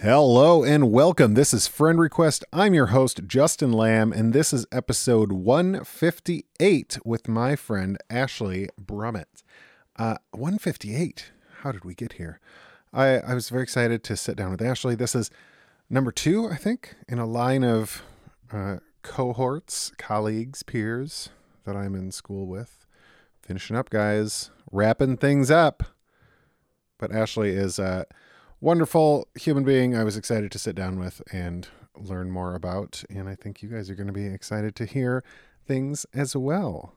Hello and welcome. This is Friend Request. I'm your host, Justin Lamb, and this is episode 158 with my friend Ashley Brummett. Uh, 158. How did we get here? I, I was very excited to sit down with Ashley. This is number two, I think, in a line of uh, cohorts, colleagues, peers that I'm in school with. Finishing up, guys, wrapping things up. But Ashley is a wonderful human being I was excited to sit down with and learn more about. And I think you guys are going to be excited to hear things as well.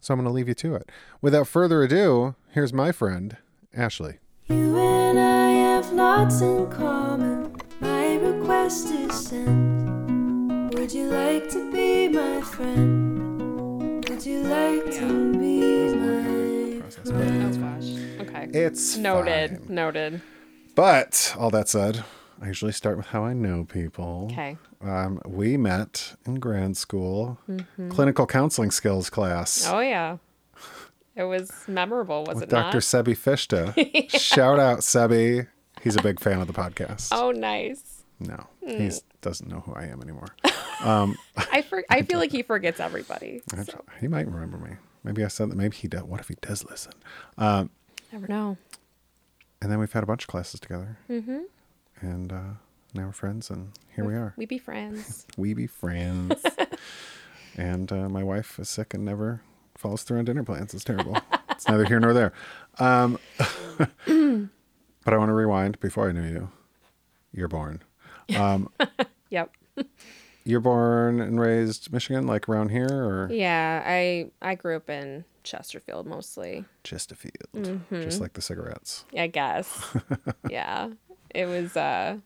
So I'm going to leave you to it. Without further ado, here's my friend, Ashley. You and I have lots in common. My request is sent. Would you like to be my friend? Would you like to be my Oh gosh. Okay. It's Noted. fine. Noted. But all that said, I usually start with how I know people. Okay. Um, we met in grad school, clinical counseling skills class. Mm-hmm. Oh yeah. It was memorable, was with it Dr. not? Sebi Fishta. Shout out Sebi. He's a big fan of the podcast. Oh Hmm. nice. No, he doesn't know who I am anymore. I for- I feel like he forgets everybody. So He might remember me. Maybe I said that. Maybe he does. What if he does listen? never know. And then we've had a bunch of classes together. Mm-hmm. And uh, now we're friends, and here we are. We be friends. We be friends. and uh, my wife is sick and never follows through on dinner plans. It's terrible. it's neither here nor there. Um, but I want to rewind before I knew you. You're born. Yep. You're born and raised Michigan, like around here, or Yeah, I I grew up in Chesterfield mostly. just a field, Mm-hmm. just like the cigarettes. I guess. yeah. It was uh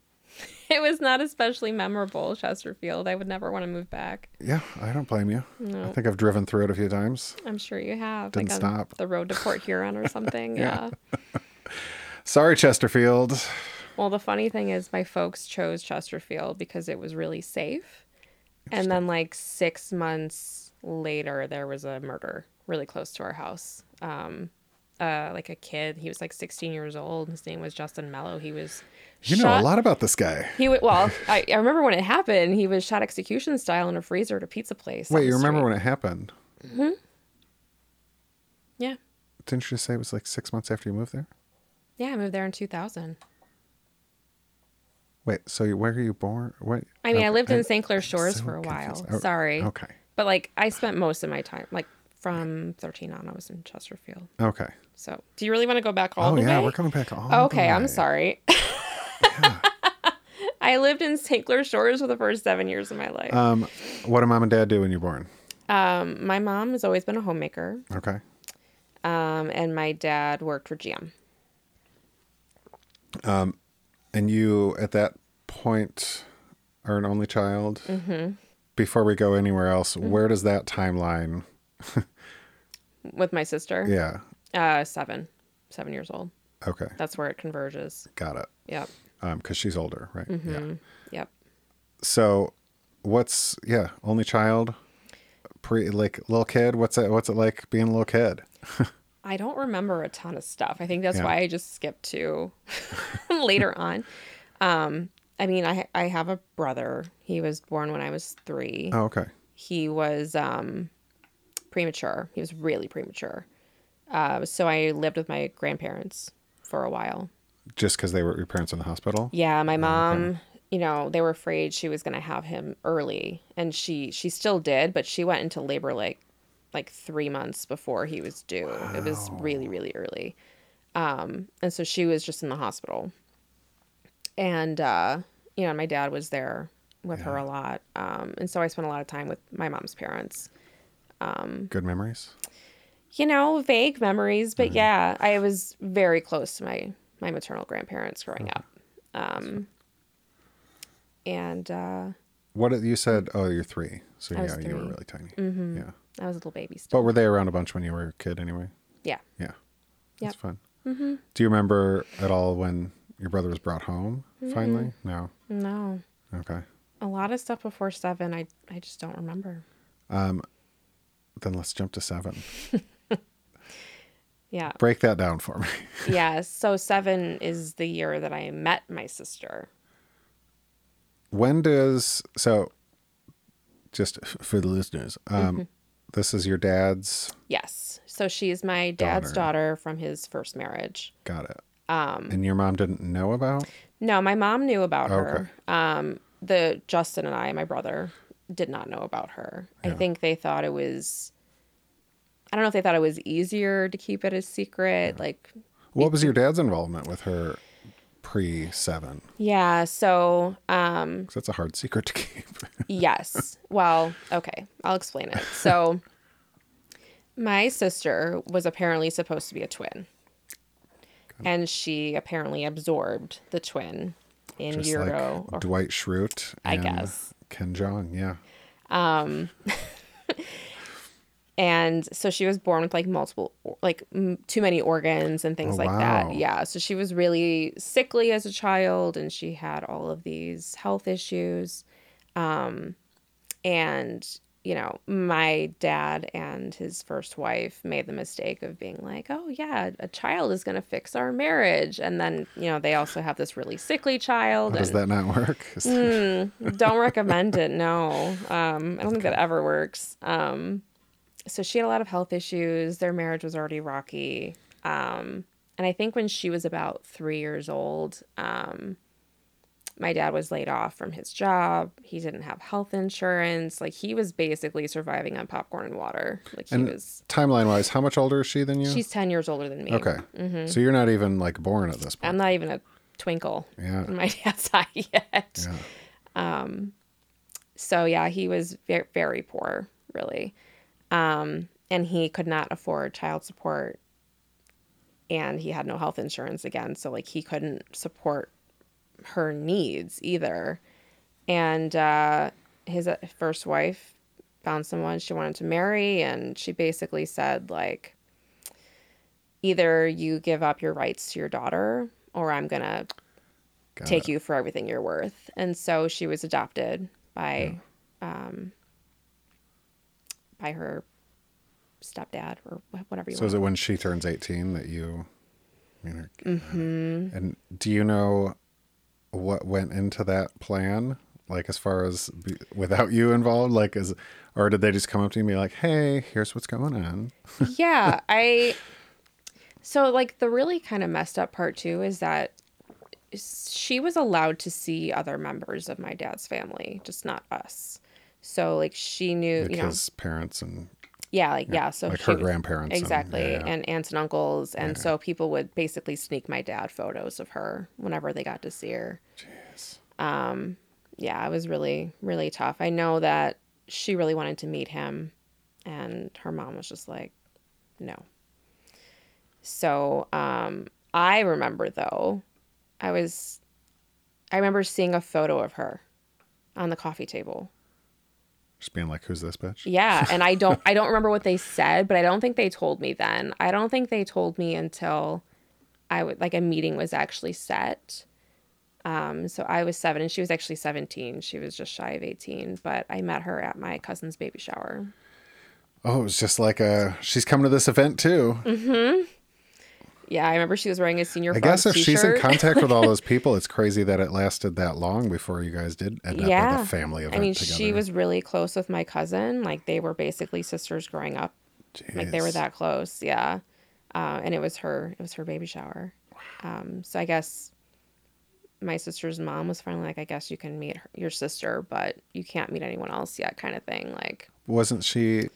it was not especially memorable, Chesterfield. I would never want to move back. Yeah, I don't blame you. I think I've driven through it a few times. I'm sure you have. Didn't like on stop. the road to Port Huron or something. yeah. Sorry, Chesterfield. Well, the funny thing is, my folks chose Chesterfield because it was really safe. And then, like, six months later, there was a murder really close to our house. Um, uh, like a kid, he was like 16 years old. His name was Justin Mello. He was You know a lot about this guy. He w- well, I, I remember when it happened. He was shot execution style in a freezer at a pizza place. Wait, you remember when it happened? Yeah, Didn't you say it was like six months after you moved there? yeah, I moved there in 2000. Wait, so you, where are you born? What? I mean, I okay, lived I'm in St. Clair Shores so for a while. confused. Oh, Sorry. Okay. But like I spent most of my time like from 13 on I was in Chesterfield. Okay. So, do you really want to go back all Oh the yeah, way? we're coming back. All okay, the I'm way. sorry. I lived in St. Clair Shores for the first 7 years of my life. Um, what do mom and dad do when you're born? um, my mom has always been a homemaker, Okay. um, and my dad worked for GM. And you, at that point, are an only child. Mm-hmm. Before we go anywhere else, where does that timeline? with my sister. Yeah. Uh 7. 7 years old. Okay. That's where it converges. Got it. Yep. Um, because she's older, right? Mm-hmm. Yeah. Yep. So, what's yeah, only child, pre like little kid. What's it? What's it like being a little kid? I don't remember a ton of stuff. I think that's Yeah. why I just skipped to later on. Um, I mean, I I have a brother. He was born when I was three. Oh, okay. He was um, premature. He was really premature. Uh, so I lived with my grandparents for a while. Just because they were your parents in the hospital. Yeah, my mom, you know, they were afraid she was going to have him early, and she she still did, but she went into labor like like 3 months before he was due. It was really really early. Um and so she was just in the hospital. And uh you know, my dad was there with her a lot. Um and so I spent a lot of time with my mom's parents. Good memories. You know, vague memories, but yeah, I was very close to my my maternal grandparents growing up. Um and uh What did- you said? Oh, you're three. So I was yeah, you were three. Mm-hmm. really tiny. Yeah. I was a little baby still. But were they around a bunch when you were a kid anyway? yeah. Yeah. That's Yep. Mm-hmm. fun. Do you remember at all when your brother was brought home finally? No. No. Okay. A lot of stuff before seven I, I just don't remember. Then let's jump to seven. Yeah. Break that down for me. Yeah. So seven is the year that I met my sister. When does so? Just f- for the listeners, um, Mm-hmm. this is your dad's. Yes. So she's my dad's daughter from his first marriage. Got it. Um, and your mom didn't know about. No, my mom knew about her. Um, the Justin and I, my brother, did not know about her. I think they thought it was. I don't know if they thought it was easier to keep it a secret. Like, What was your dad's involvement with her pre seven? yeah. So, um, Because that's a hard secret to keep. yes. Well, okay. I'll explain it. So, my sister was apparently supposed to be a twin. And she apparently absorbed the twin in Just utero. like Dwight Schrute. I and guess. Ken Jong. Yeah. and so she was born with like multiple, like m- too many organs and things Oh, like wow. that. Yeah. So she was really sickly as a child and she had all of these health issues. Um, and you know my dad and his first wife made the mistake of being like oh yeah a child is going to fix our marriage and then you know they also have this really sickly child Does and that not work? Is that- don't recommend it no um, i don't think that ever works um, so she had a lot of health issues their marriage was already rocky um, and i think when she was about three years old um, my dad was laid off from his job. He didn't have health insurance. Like he was basically surviving on popcorn and water. Like he was. Timeline wise, how much older is she than you? She's ten years older than me. okay. So you're not even like born at this point. I'm not even a twinkle Yeah. in my dad's eye yet. Yeah. Um, so yeah, he was very, very poor, really, um, and he could not afford child support, and he had no health insurance again, so like he couldn't support her needs either, and uh, his uh, first wife found someone she wanted to marry, and she basically said like either you give up your rights to your daughter or I'm going to Got take you for everything you're worth. And so she was adopted by um by her stepdad or wh- whatever you So want. is it when she turns 18 that you, I mean, her- Mm-hmm. and do you know what went into that plan? Like as far as be, without you involved, like is, or did they just come up to you and be like, "Hey, here's what's going on"? yeah, I So like the really kind of messed up part too is that she was allowed to see other members of my dad's family, just not us. So like she knew, Like you know, his parents and yeah, like yeah. so like she her was- grandparents, and- exactly yeah, and, yeah. aunts and uncles and so people would basically sneak my dad photos of her whenever they got to see her um yeah it was really really tough i know that she really wanted to meet him and her mom was just like no so um i remember though i was i remember seeing a photo of her on the coffee table just being like, "Who's this bitch?" yeah, and I don't I don't remember what they said, but I don't think they told me then. I don't think they told me until I would like a meeting was actually set. Um, so I was seven, and she was actually seventeen. She was just shy of eighteen, but I met her at my cousin's baby shower. Oh, it was just like a she's coming to this event too. Yeah, I remember she was wearing a senior. I guess if frog she's in t-shirt. contact with all those people, it's crazy that it lasted that long before you guys did end up at yeah, a family event I mean, together. she was really close with my cousin. Like they were basically sisters growing up. Like they were Jeez. that close, yeah. Uh, and it was her, it was her baby shower. Um, so I guess my sister's mom was finally like, I guess you can meet her, your sister, but you can't meet anyone else yet, kind of thing. Like, wasn't she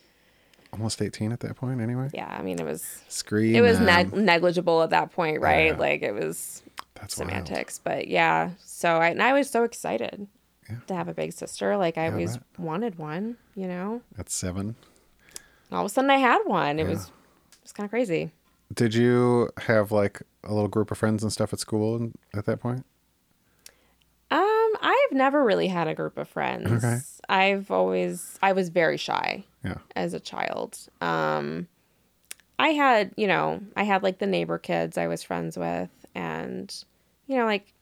almost 18 at that point anyway yeah, I mean, it was scream it was um, neg- negligible at that point, right? Yeah. Like it was that's wild. semantics, but yeah. So I and I was so excited to have a big sister. Like I always bet. wanted one, you know. at seven all of a sudden I had one. It was it was kind of crazy. did you have like a little group of friends and stuff at school and- at that point Um, I've never really had a group of friends. Okay. I've always I was very shy yeah as a child. Um I had, you know, I had like the neighbor kids I was friends with and you know, like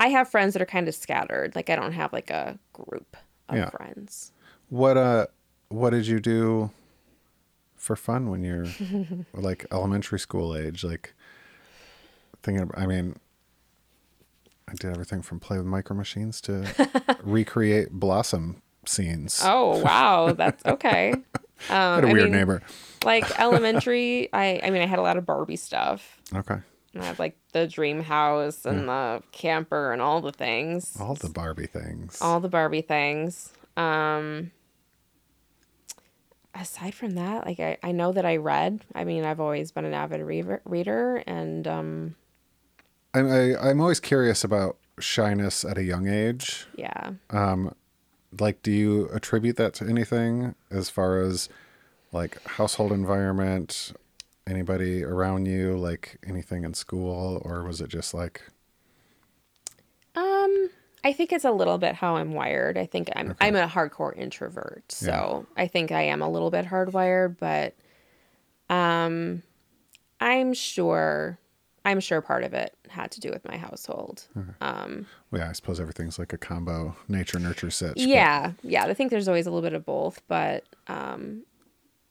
I have friends that are kind of scattered. Like I don't have like a group of Yeah. friends. what uh what did you do for fun when you're like elementary school age. Like thinking, I mean, I did everything from play with micro machines to recreate blossom scenes. Oh wow, that's okay. Um, I had a I weird mean, neighbor. Like elementary, I I mean I had a lot of Barbie stuff. Okay, And I had like the dream house and the camper and all the things. all the Barbie things. all the Barbie things. Um aside from that, like I, I know that I read. I mean, I've always been an avid reaver, reader and um I'm I, I'm always curious about shyness at a young age. yeah. Like, do you attribute that to anything as far as like household environment, anybody around you, like anything in school, or was it just like Um, I think it's a little bit how I'm wired. I think I'm I'm a hardcore introvert, so I think I am a little bit hardwired, but um, I'm sure, I'm sure part of it had to do with my household. Well, yeah, I suppose everything's like a combo nature nurture sitch. but- Yeah, yeah. I think there's always a little bit of both, but um,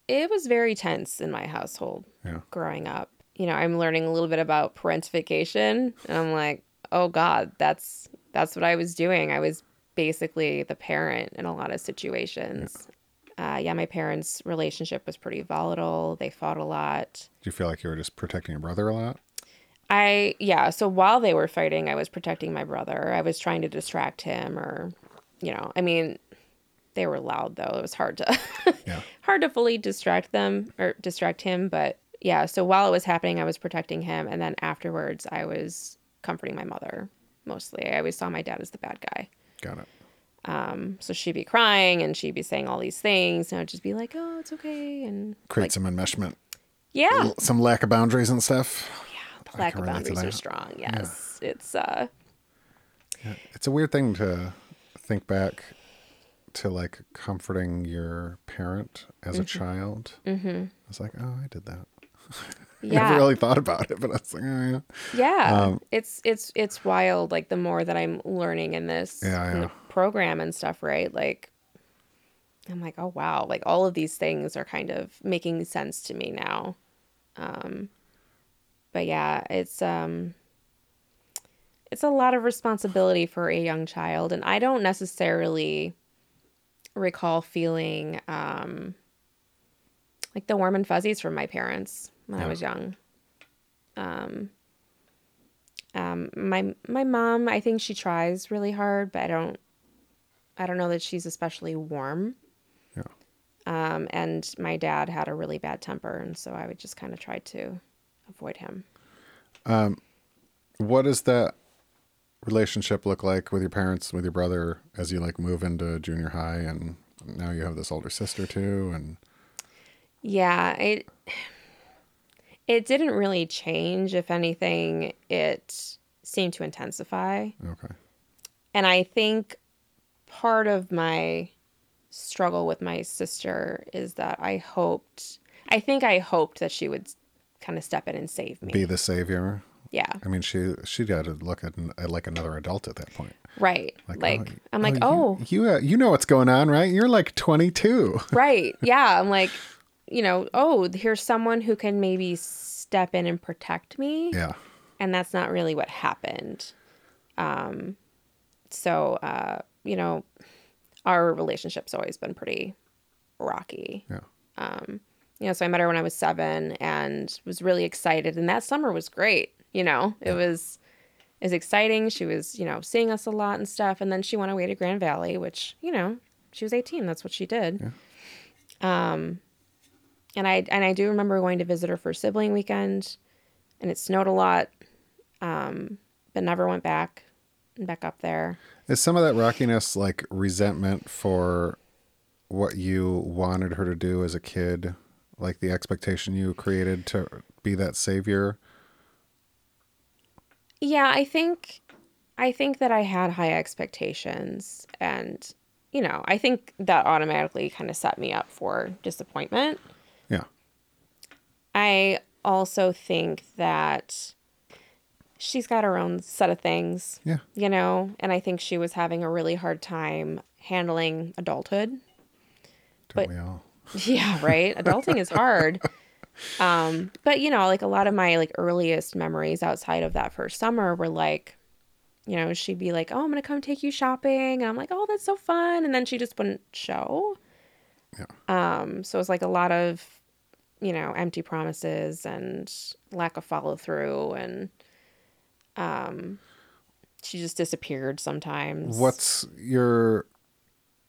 it was very tense in my household Yeah. growing up. You know, I'm learning a little bit about parentification, and I'm like, oh God, that's that's what I was doing. I was basically the parent in a lot of situations. Uh, yeah, my parents' relationship was pretty volatile. They fought a lot. Do you feel like you were just protecting your brother a lot? I yeah, so while they were fighting, I was protecting my brother. I was trying to distract him or you know, I mean, they were loud though. It was hard to Yeah. hard to fully distract them or distract him, but yeah, so while it was happening, I was protecting him and then afterwards I was comforting my mother mostly. I always saw my dad as the bad guy. Um, Got it. So she'd be crying and she'd be saying all these things and I'd just be like, "Oh, it's okay." And Create some enmeshment, yeah, some lack of boundaries and stuff. the lack of relate to boundaries are that. strong. Yes. It's uh It's a weird thing to think back to like comforting your parent as a child. Mm-hmm. I was like, oh, I did that. yeah. Never really thought about it, but I was like, oh, yeah. Yeah, Um, it's it's it's wild. Like the more that I'm learning in this Yeah, in the yeah. program and stuff, right? Like, I'm like, oh wow, like all of these things are kind of making sense to me now. Um, but yeah, it's um, it's a lot of responsibility for a young child, and I don't necessarily recall feeling um, like the warm and fuzzies from my parents when I was young. um my my mom i think she tries really hard but i don't i don't know that she's especially warm Yeah. um and my dad had a really bad temper and so i would just kind of try to avoid him What does that relationship look like with your parents, with your brother, as you like move into junior high and now you have this older sister too? And yeah it it didn't really change if anything it seemed to intensify okay. and I think part of my struggle with my sister is that I hoped, I think I hoped that she would kind of step in and save me. be the savior. yeah, I mean, she she got to look at, at like another adult at that point. right. Like, I'm like, oh, you you, uh, you know what's going on, right? You're like 22. right. Yeah, I'm like, you know, oh, here's someone who can maybe step in and protect me. Yeah, and that's not really what happened. Um, so uh, you know, our relationship's always been pretty rocky. Yeah. Um, you know, so I met her when I was seven and was really excited, and that summer was great. You know, it was it was exciting. She was you know seeing us a lot and stuff, and then she went away to Grand Valley, which you know she was eighteen. That's what she did. Um. And I and I do remember going to visit her for sibling weekend, and it snowed a lot um, but never went back back up there is some of that rockiness like resentment for what you wanted her to do as a kid, like the expectation you created to be that savior? yeah i think i think that i had high expectations and you know i think that automatically kind of set me up for disappointment Yeah, i also think that she's got her own set of things yeah, you know and i think she was having a really hard time handling adulthood don't But- we all? Yeah, right. Adulting is hard. Um, but you know, like a lot of my like earliest memories outside of that first summer were like, you know, she'd be like, "Oh, I'm gonna come take you shopping," and I'm like, "Oh, that's so fun," and then she just wouldn't show. Um, so it was like a lot of, you know, empty promises and lack of follow through, and um, she just disappeared sometimes. What's your?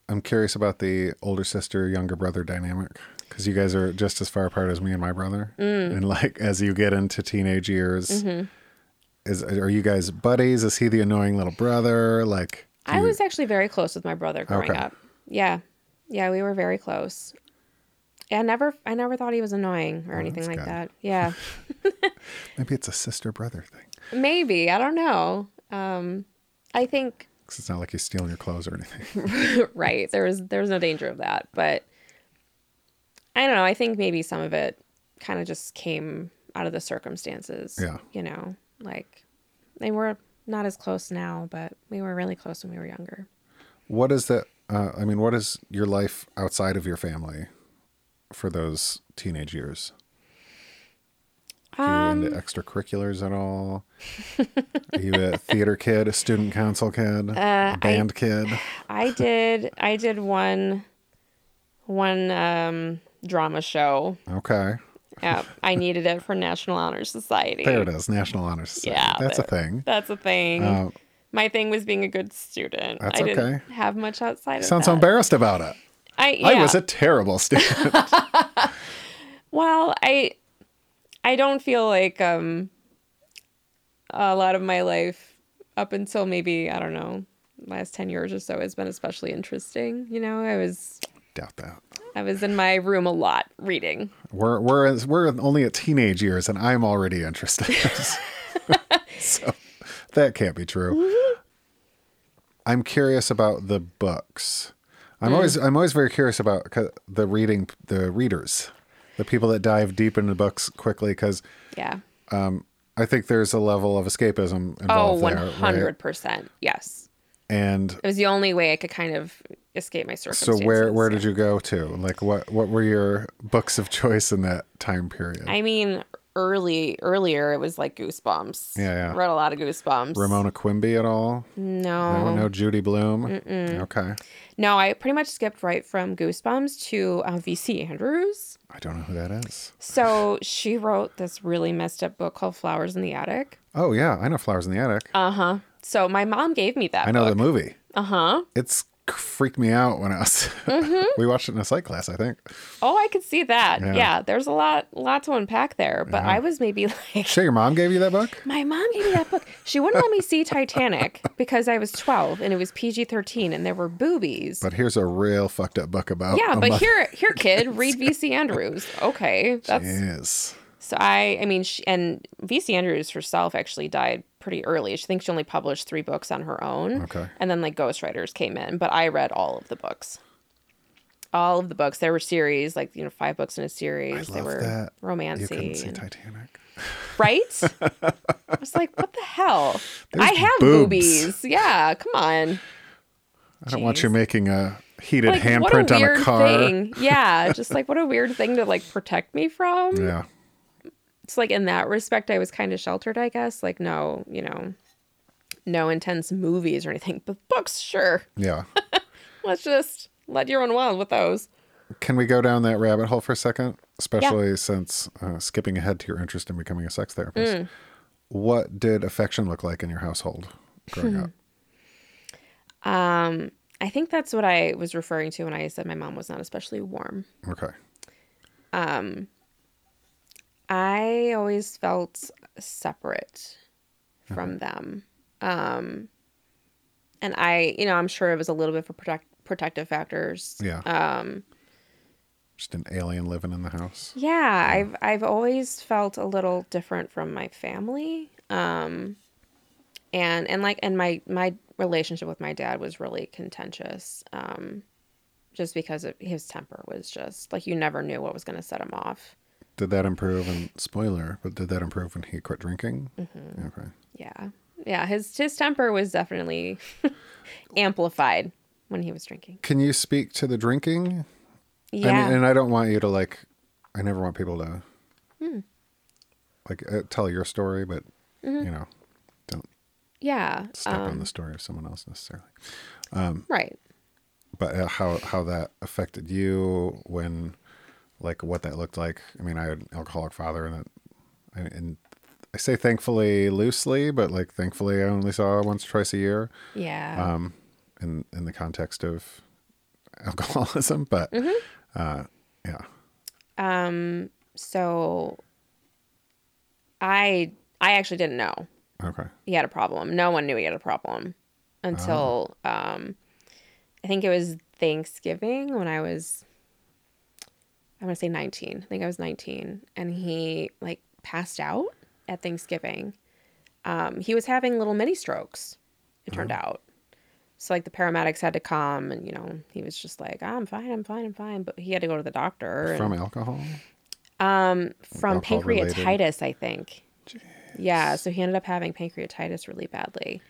I'm curious about the older sister younger brother dynamic because you guys are just as far apart as me and my brother. Mm. And like as you get into teenage years, Mm-hmm. is are you guys buddies? Is he the annoying little brother? Like do I you- was actually very close with my brother growing Okay. up. Yeah. Yeah, we were very close. I never I never thought he was annoying or anything Oh, that's like good. that. Yeah. maybe it's a sister brother thing Maybe, I don't know. Um I think 'Cause it's not like he's stealing your clothes or anything. right, there was there was no danger of that, but I don't know, I think maybe some of it kind of just came out of the circumstances. Yeah. You know, like they were not as close now, but we were really close when we were younger. what is that? Uh, I mean, what is your life outside of your family for those teenage years? Do you Um, into extracurriculars at all? Are you a theater kid, a student council Uh, kid, a band kid? I did. I did one, one um, drama show. Okay. Yep, I needed it for National Honor Society. There it is. National Honor Society. Yeah, That's a there. thing. That's a thing. Uh, My thing was being a good student. That's I didn't okay. have much outside of Sounds so that. embarrassed about it. I, yeah. I was a terrible student. Well, I, I don't feel like um, a lot of my life up until maybe I don't know last 10 years or so has been especially interesting you know i was Doubt that. i was in my room a lot reading We're we're we're only at teenage years, and I'm already interested. so that can't be true. Mm-hmm. I'm curious about the books. I'm Mm. always I'm always very curious about c- the reading the readers, the people that dive deep into books quickly because yeah I think there's a level of escapism Oh, involved one there. right? hundred percent. Yes, And it was the only way I could kind of escape my so circumstances. where where did you go to? Like what what were your books of choice in that time period? I mean, early earlier it was like Goosebumps. Yeah, yeah. Read a lot of Goosebumps. Ramona Quimby at all? No, No, no, no Judy Bloom. Okay. I pretty much skipped right from Goosebumps to uh, V.C. Andrews. I don't know who that is. So she wrote this really messed up book called Flowers in the Attic. Oh yeah, I know Flowers in the Attic. Uh huh. So my mom gave me that. I know book. the movie. Uh huh. It's freaked me out when I was. Mm-hmm. we watched it in a psych class, I think. Oh, I could see that. Yeah. Uh-huh. Yeah. There's a lot, lot to unpack there. But I was maybe like Sure, your mom gave you that book? My mom gave me that book. She wouldn't let me see Titanic because I was 12 and it was PG 13 and there were boobies. But uh, oh here's a real fucked up book about. yeah, a but mother- here, here, kid, read VC Andrews. Okay, that's Yes. so. I, I mean, she, and VC Andrews herself actually died pretty early. She thinks she only published three books on her own. Okay. and then like ghostwriters came in, but I read all of the books. All of the books. There were series, like you know, five books in a I series. love They were that. You romancing, couldn't see Titanic. right? I was like, what the hell? I There's have boobs. boobies. Yeah, come on. I don't want Jeez. you making a heated Like, handprint on a car. thing. Yeah, just like what a weird thing to like protect me from. Yeah. It's like in that respect, I was kind of sheltered, I guess. Like no, you know, no intense movies or anything, but books, sure. Yeah. Let's just let you run wild with those. Can we go down that rabbit hole for a second? Especially since uh, skipping ahead to your interest in becoming a sex therapist. Mm. What did affection look like in your household growing up? I think that's what I was referring to when I said my mom was not especially warm. Okay. I always felt separate from them. Um, and I, you know, I'm sure it was a little bit for protect, protective factors. Uh, Yeah. Um, Just an alien living in the house. Yeah, I've I've always felt a little different from my family. Um and and like and my my relationship with my dad was really contentious. Um just because of his temper was just like you never knew what was going to set him off. Did that improve? And spoiler, but did that improve when he quit drinking? Mm-hmm. Okay. Yeah. Yeah, his his temper was definitely amplified when he was drinking. Can you speak to the drinking? Yeah. I mean, and I don't want you to like. I never want people to Hmm. like uh, tell your story, but you know, don't yeah. step Mm-hmm. Um, on the story of someone else necessarily. right. But uh, how how that affected you when, like, what that looked like. I mean, I had an alcoholic father, and that, I and I say thankfully loosely, but like, thankfully, I only saw once or twice a year. Yeah. um, in in the context of alcoholism, but Mm-hmm. uh, yeah, Uh, Um, so I I actually didn't know okay, he had a problem. No one knew he had a problem until um I think it was Thanksgiving when I was I want to say 19. I think I was 19 and he like passed out at Thanksgiving. Um he was having little mini strokes it turned out. So like the paramedics had to come and you know, he was just like, "I'm fine, I'm fine, I'm fine," but he had to go to the doctor and- from alcohol. Um, from alcohol related. pancreatitis, I think. Yeah, so he ended up having pancreatitis really badly,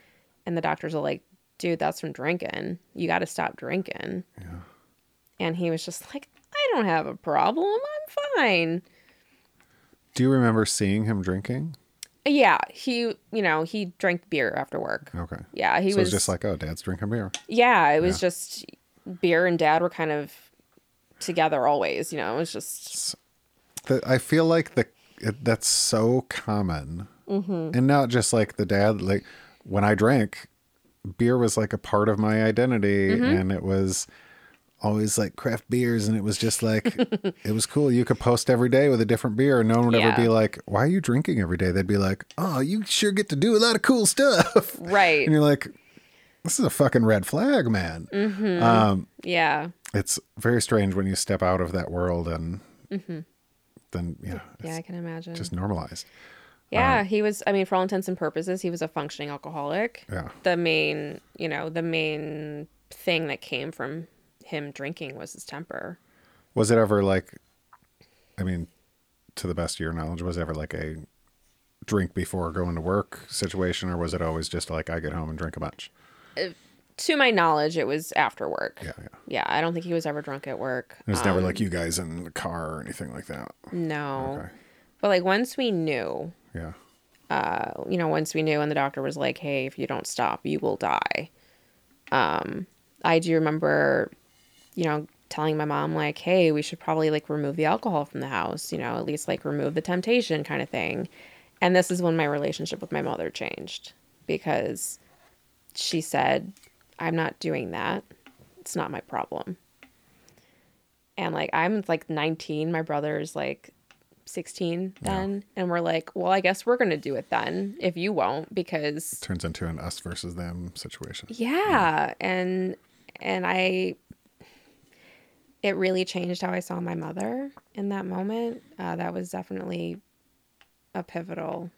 and the doctors are like, "Dude, that's from drinking. You got to stop drinking." Yeah. And he was just like, "I don't have a problem. I'm fine." Do you remember seeing him drinking? Yeah, he, you know, he drank beer after work. Okay, Yeah, he so was it's just like, oh, dad's drinking beer. yeah, it was just beer and dad were kind of together always. You know, it was just The, I feel like the it, that's so common, Mm-hmm. and not just like the dad. Like when I drank, beer was like a part of my identity, Mm-hmm. and it was always like craft beers and it was just like it was cool you could post every day with a different beer and no one would Yeah. ever be like why are you drinking every day they'd be like oh you sure get to do a lot of cool stuff right. and you're like this is a fucking red flag man um Yeah, it's very strange when you step out of that world and then yeah it's Mm-hmm. yeah, I can imagine. just normalized Yeah, he was. I mean, for all intents and purposes, he was a functioning alcoholic. Yeah. The main, you know, the main thing that came from him drinking was his temper. was it ever like i mean to the best of your knowledge was it ever like a drink before going to work situation or was it always just like i get home and drink a bunch To my knowledge, it was after work. yeah yeah Yeah, I don't think he was ever drunk at work. Uh, it was never like you guys in the car or anything like that No. Okay. But like once we knew, yeah uh, you know, once we knew, and the doctor was like, "Hey, if you don't stop, you will die." Um, I do remember, you know, telling my mom like, "Hey, we should probably like remove the alcohol from the house, you know, at least like remove the temptation kind of thing." And this is when my relationship with my mother changed because she said, "I'm not doing that. It's not my problem." And like I'm like 19, my brother's like 16 then, and we're like, "Well, I guess we're going to do it then if you won't because turns into an us versus them situation yeah and and i it really changed how i saw my mother in that moment uh, that was definitely a pivotal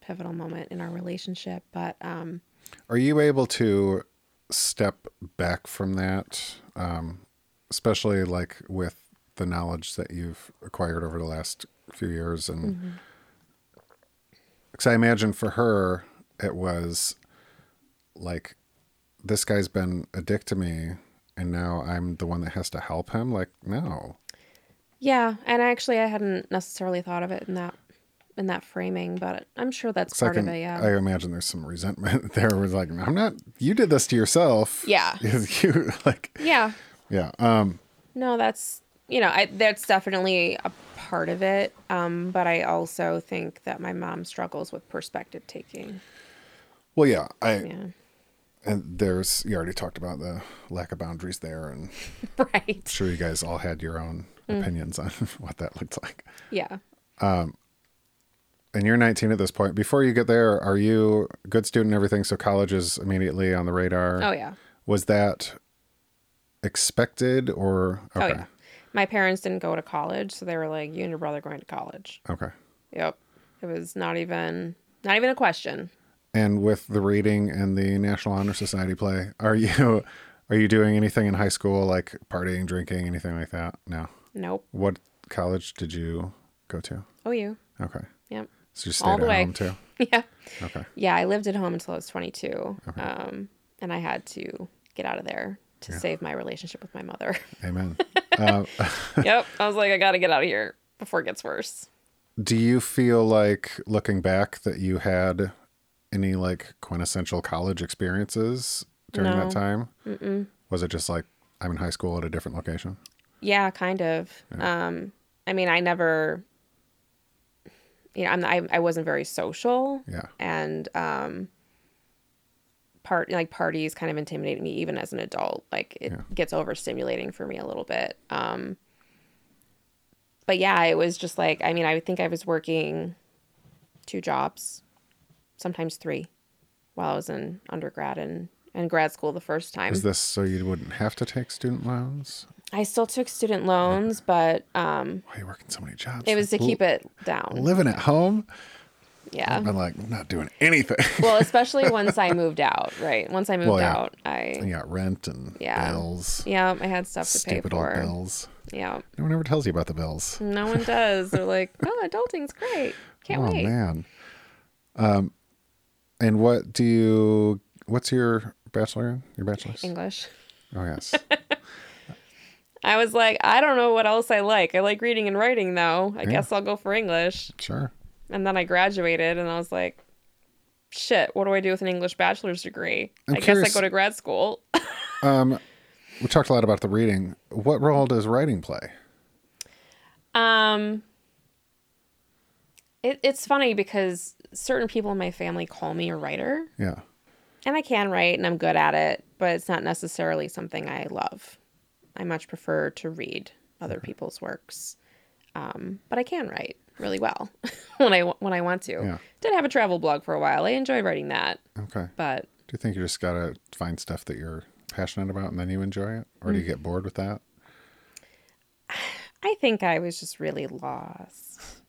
pivotal moment in our relationship but um Are you able to step back from that, um, especially like with the knowledge that you've acquired over the last few years? And Mm-hmm. because I imagine for her, it was like this guy's been a dick to me, and now I'm the one that has to help him. Like, no, yeah and actually i hadn't necessarily thought of it in that in that framing but i'm sure that's 'Cause I part can- of it yeah I imagine there's some resentment there. Was like, I'm not. You did this to yourself. Yeah. you like, yeah yeah. Um, No, that's you know, I, that's definitely a part of it. Um, but I also think that my mom struggles with perspective taking. well, yeah. I. Yeah, and there's you already talked about the lack of boundaries there and right. sure you guys all had your own Mm. opinions on what that looked like Yeah. and you're 19 at this point before you get there are you a good student and everything so college is immediately on the radar Oh yeah. was that expected or okay Oh yeah. My parents didn't go to college, so they were like, "You and your brother are going to college." okay Yep. It was not even not even a question. and with the reading and the national honor society play are you are you doing anything in high school like partying drinking anything like that no Nope. what college did you go to Oh you. okay Yep. so you stayed All at the way. home too yeah. okay Yeah, I lived at home until I was 22. Um, and I had to get out of there to save my relationship with my mother. Amen. Uh, yep. I was like, I got to get out of here before it gets worse. do you feel like looking back that you had any like quintessential college experiences during No. that time? Mm-mm. Was it just like I'm in high school at a different location? Yeah, kind of. Um, I mean, I never, you know, I'm, I, I wasn't very social. Yeah. And, um, part like parties kind of intimidate me even as an adult. Like it Yeah. gets overstimulating for me a little bit. Um, but yeah, it was just like, I mean, I would think I was working two jobs, sometimes three while I was in undergrad and, and grad school the first time. Is this so you wouldn't have to take student loans? I still took student loans, but um, Why are you working so many jobs? it was to L- keep it down. Living at home, Yeah. I'm like I'm not doing anything. Well, especially once I moved out, right? Once I moved Well, yeah. out, I you got rent and Yeah. bills, yeah, I had stuff to stupid pay old for. bills. Yeah. No one ever tells you about the bills. No one does. They're like, "Oh, adulting's great. Can't oh wait." man. Um, and what do you? What's your bachelor? in? Your bachelor's? English. Oh yes. I was like, "I don't know what else I like. I like reading and writing though. I Yeah. guess I'll go for English." sure. And then I graduated and I was like, "Shit, what do I do with an English bachelor's degree? I'm I curious- guess I go to grad school." We talked a lot about the reading. What role does writing play? Um, it, it's funny because certain people in my family call me a writer, Yeah. and I can write and I'm good at it, but it's not necessarily something I love. I much prefer to read other people's works, um, but I can write really well when I wa- when I want to. Yeah. Did have a travel blog for a while. I enjoyed writing that, Okay. but Do you think you just gotta find stuff that you're passionate about and then you enjoy it, or do Mm. you get bored with that? I think I was just really lost.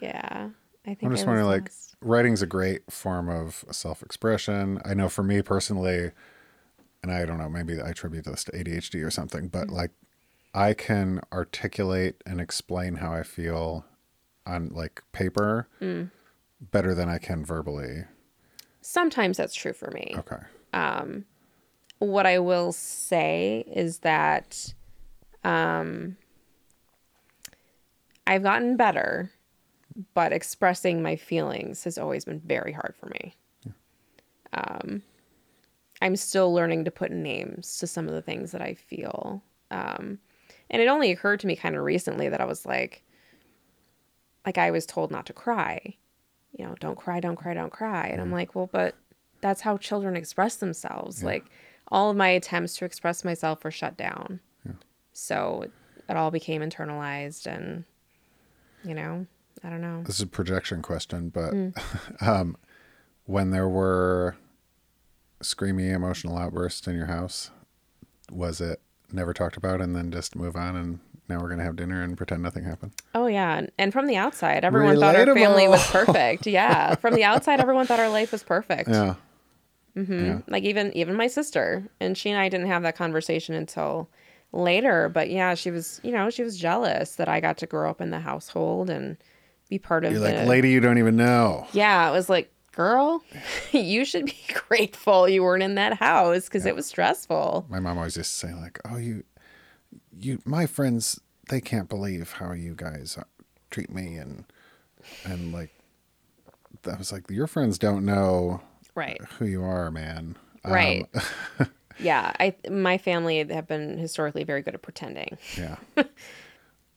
Yeah, I think I'm just I was wondering, like, lost. writing's a great form of self-expression. I know for me personally, and I don't know, maybe I attribute this to ADHD or something, but Mm-hmm. like, I can articulate and explain how I feel on like paper Mm. better than I can verbally. sometimes that's true for me. Okay. what I will say is that um I've gotten better, but expressing my feelings has always been very hard for me. Um I'm still learning to put names to some of the things that I feel. Um and it only occurred to me kind of recently that I was like like I was told not to cry. You know, don't cry, don't cry, don't cry. And I'm like, well, but that's how children express themselves. Like all of my attempts to express myself were shut down. So it, it all became internalized and you know, I don't know. this is a projection question, but um, when there were screamy emotional outbursts in your house, was it never talked about and then just move on and now we're going to have dinner and pretend nothing happened? Oh yeah, and, and from the outside, everyone thought our family was perfect. Yeah, from the outside, everyone thought our life was perfect. Hmm. Yeah. Like even even my sister, and she and I didn't have that conversation until later. But yeah, she was you know she was jealous that I got to grow up in the household and be part of You're the like, lady, you don't even know. Yeah, it was like, girl, you should be grateful you weren't in that house because it was stressful. My mom always used to say, like, oh, you, you, my friends, they can't believe how you guys treat me. And, and like, I was like, your friends don't know Right. who you are, man. Um, Right. yeah, I my family have been historically very good at pretending. Yeah.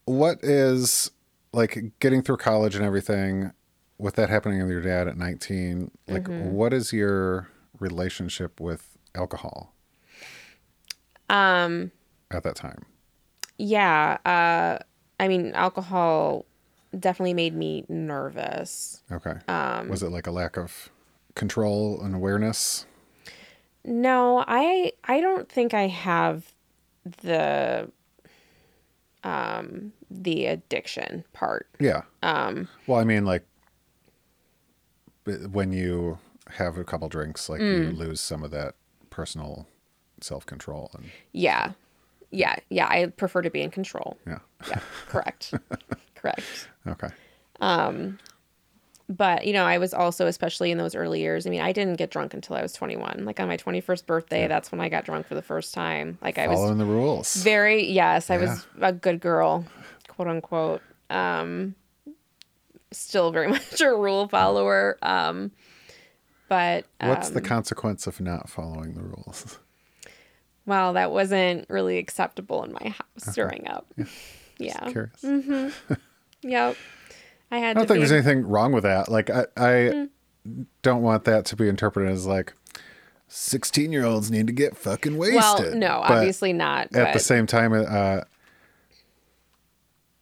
what is like getting through college and everything with that happening with your dad at 19? Like, what is your relationship with alcohol? Um, at that time, Yeah, uh, I mean, alcohol definitely made me nervous. okay. Um, was it like a lack of control and awareness? No, I I don't think I have the um the addiction part. Yeah. Um, well, I mean, like b- when you have a couple drinks, like you lose some of that personal self control, and Yeah. Yeah, yeah, I prefer to be in control. yeah, Yeah, correct. correct. okay. but you know i was also especially in those early years i mean i didn't get drunk until i was 21 like on my 21st birthday that's when i got drunk for the first time like i was Following the rules. very yes i was a good girl quote unquote um still very much a rule follower um but What's um, the consequence of not following the rules? well that wasn't really acceptable in my house growing up yeah Uh-huh. Mm-hmm. Curious. yep i had I don't to think be- there's anything wrong with that. Like I, I Mm. don't want that to be interpreted as like sixteen year olds need to get fucking wasted. well no But obviously not At the but- same time, uh,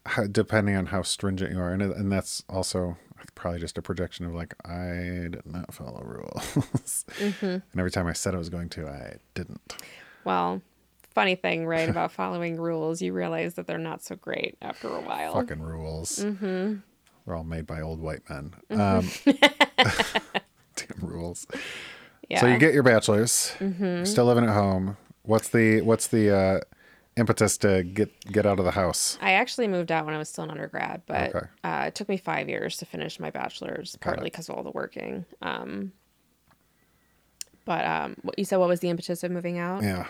how- depending on how stringent you are, and and that's also probably just a projection of like I did not follow rules, Mm-hmm. and every time I said I was going to, I didn't. Well, funny thing, right, about following rules, you realize that they're not so great after a while. Fucking rules. Mm-hmm. They're all made by old white men. Um, damn rules. Mm-hmm. yeah. Mm-hmm. So you get your bachelor's. You're still living at home. What's the what's the uh, impetus to get get out of the house? I actually moved out when I was still an undergrad, but Okay. uh, it took me five years to finish my bachelor's, partly because of all the working. Um, but um, what you said, what was the impetus of moving out? Yeah.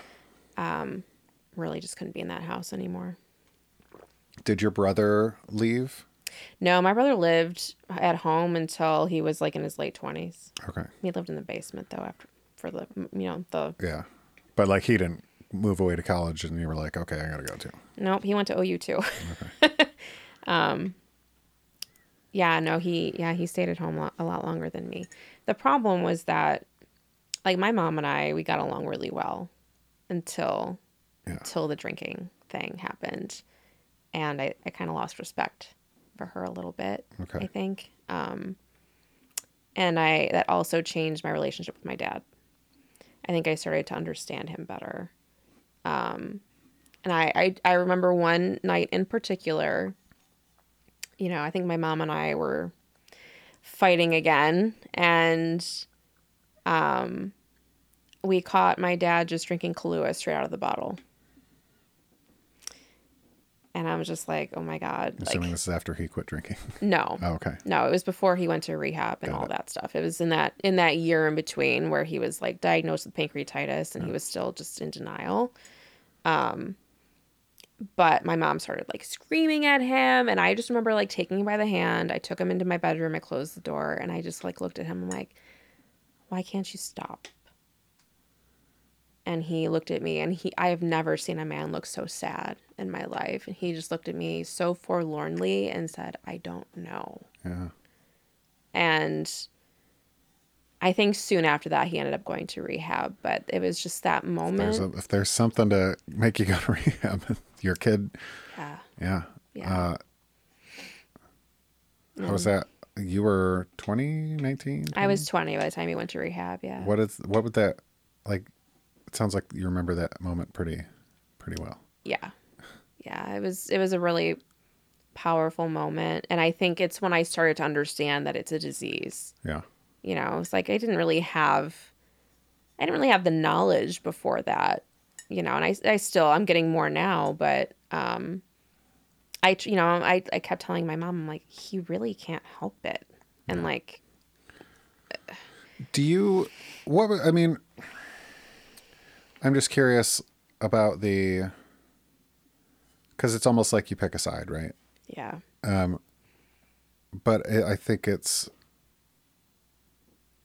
Really, just couldn't be in that house anymore. Did your brother leave? No, my brother lived at home until he was like in his late twenties. Okay. He lived in the basement though after for the you know the Yeah. But like he didn't move away to college, and you were like, okay, I gotta go too. Nope, he went to OU too. um, yeah, no, he yeah he stayed at home lo- a lot longer than me. The problem was that, like, my mom and I we got along really well until Yeah. until the drinking thing happened, and I I kind of lost respect for her a little bit. Okay. I think. Um, and I that also changed my relationship with my dad. I think I started to understand him better. Um, And I, I, I remember one night in particular, you know, I think my mom and I were fighting again. And um, we caught my dad just drinking Kahlua straight out of the bottle. And I was just like, oh my God. Assuming Like, this is after he quit drinking. no. Oh, okay. No, it was before he went to rehab and all that stuff. It was in that in that year in between where he was like diagnosed with pancreatitis and he was still just in denial. Um but my mom started like screaming at him and I just remember like taking him by the hand. I took him into my bedroom, I closed the door, and I just like looked at him I'm like, Why can't you stop? And he looked at me and he I have never seen a man look so sad in my life. And he just looked at me so forlornly and said, I don't know Yeah. and I think soon after that he ended up going to rehab, but it was just that moment. There's a, uh, if there's something to make you go to rehab, your kid. yeah, Yeah. yeah. Mm. Uh, How was that? You were 20, 19? I was 20 by the time he went to rehab. Yeah. What is what would that like? It sounds like you remember that moment pretty, pretty well. yeah yeah it was it was a really powerful moment and i think it's when i started to understand that it's a disease Yeah, you know it's like i didn't really have i didn't really have the knowledge before that you know and i, I still i'm getting more now but um i tr- you know I, I kept telling my mom i'm like he really can't help it and like Do you? What wa- I mean, I'm just curious about the because it's almost like you pick a side, right? yeah But i I think it's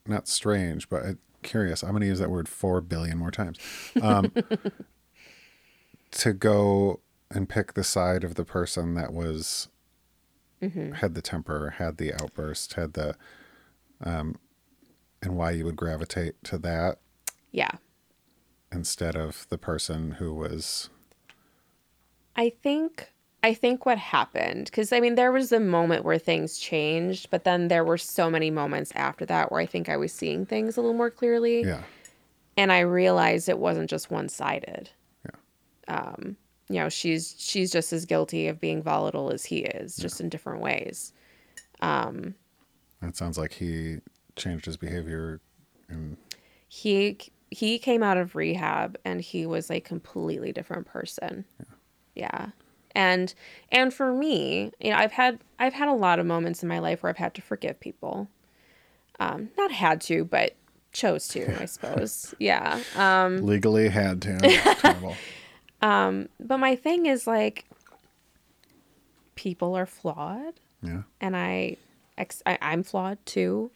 not strange, but it, curious. I'm going to use that word four billion more times. Um, to go and pick the side of the person that was had the temper, had the outburst, had the um, and why you would gravitate to that yeah instead of the person who was I think I think what happened cuz I mean there was a moment where things changed, but then there were so many moments after that where I think I was seeing things a little more clearly yeah and I realized it wasn't just one-sided. Yeah. Um, you know, she's she's just as guilty of being volatile as he is, just in different ways. it sounds like he changed his behavior and He he came out of rehab and he was a completely different person. Yeah. and and for me you know i've had i've had a lot of moments in my life where i've had to forgive people um not had to but chose to i suppose yeah um Legally had to. It's terrible. but my thing is like people are flawed Yeah. and I, ex- I I'm flawed too.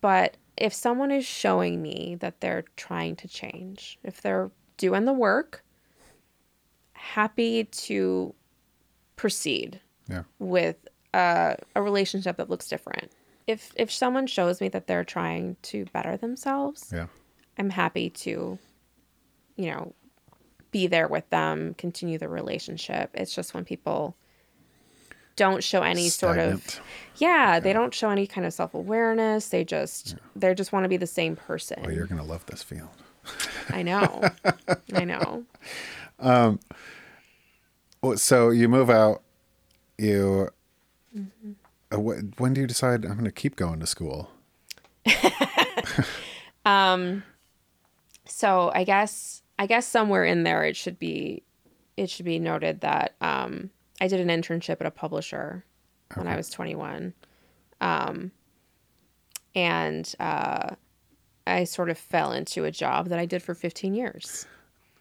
But if someone is showing me that they're trying to change, if they're doing the work, happy to proceed Yeah. with a, a relationship that looks different. If if someone shows me that they're trying to better themselves, Yeah. I'm happy to, you know, be there with them, continue the relationship. It's just when people don't show any sort Stagnant. of yeah, they don't show any kind of self-awareness. They just they just want to be the same person. Oh, you're gonna love this field. I know. I know. Well, So you move out. You. Uh, wh- when do you decide I'm gonna keep going to school? So, I guess I guess somewhere in there it should be it should be noted that um I did an internship at a publisher when I was 21. Um and uh I sort of fell into a job that I did for 15 years.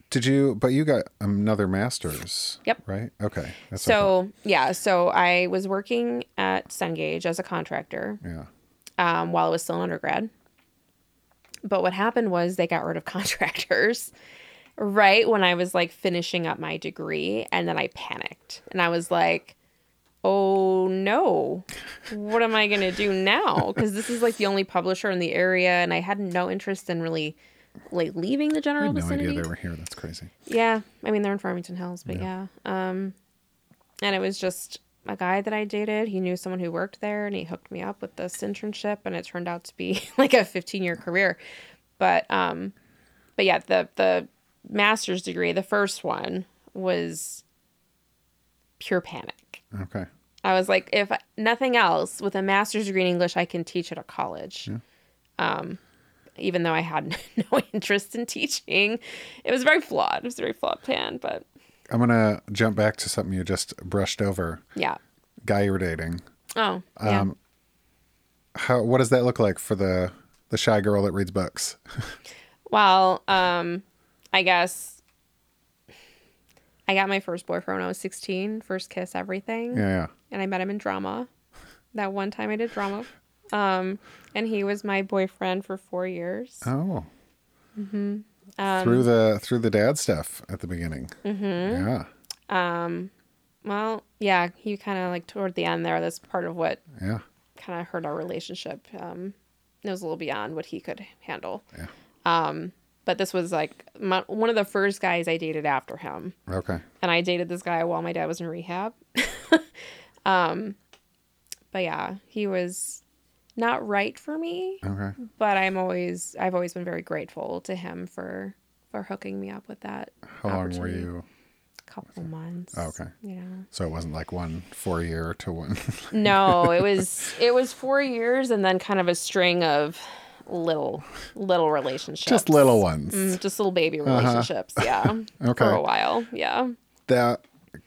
Did you? But you got another master's. Yep. Right. Okay. That's what I So, yeah, so I was working at Cengage as a contractor thought. yeah. um, while I was still an undergrad. But what happened was they got rid of contractors right when I was like finishing up my degree. And then I panicked and I was like, oh no, what am I going to do now? Because this is like the only publisher in the area. And I had no interest in really like leaving the I general had no vicinity. idea they were here. That's crazy. Yeah, I mean they're in Farmington Hills, but yeah. Um, and it was just a guy that I dated. He knew someone who worked there, and he hooked me up with this internship, and it turned out to be like a 15 year career. But um, but yeah, the the master's degree, the first one was pure panic. Okay. I was like, if nothing else, with a master's degree in English, I can teach at a college. Um, even though I had no interest in teaching, it was very flawed. It was a very flawed plan, but I'm gonna jump back to something you just brushed over. yeah. Guy you're dating. Oh, yeah. Um, How? What does that look like for the the shy girl that reads books? well, um, I guess I got my first boyfriend when I was 16, first kiss, everything. yeah. Yeah. and I met him in drama. That one time I did drama. Um, and he was my boyfriend for four years. Oh. Mm-hmm. through the through the dad stuff at the beginning. Mm-hmm. Yeah, Well, yeah, he kind of like toward the end there. That's part of what yeah, kind of hurt our relationship. Um, it was a little beyond what he could handle. Yeah. Um, but this was like my, one of the first guys I dated after him, okay. and I dated this guy while my dad was in rehab. um, but yeah, he was not right for me. Okay. But I'm always I've always been very grateful to him for for hooking me up with that. How long were opportunity. you? Couple months. Oh, okay. You know. So it wasn't like one four year to one. No, it was it was four years and then kind of a string of little little relationships. Just little ones. Uh-huh. Mm, just little baby relationships, yeah. Okay. For a while. Yeah. That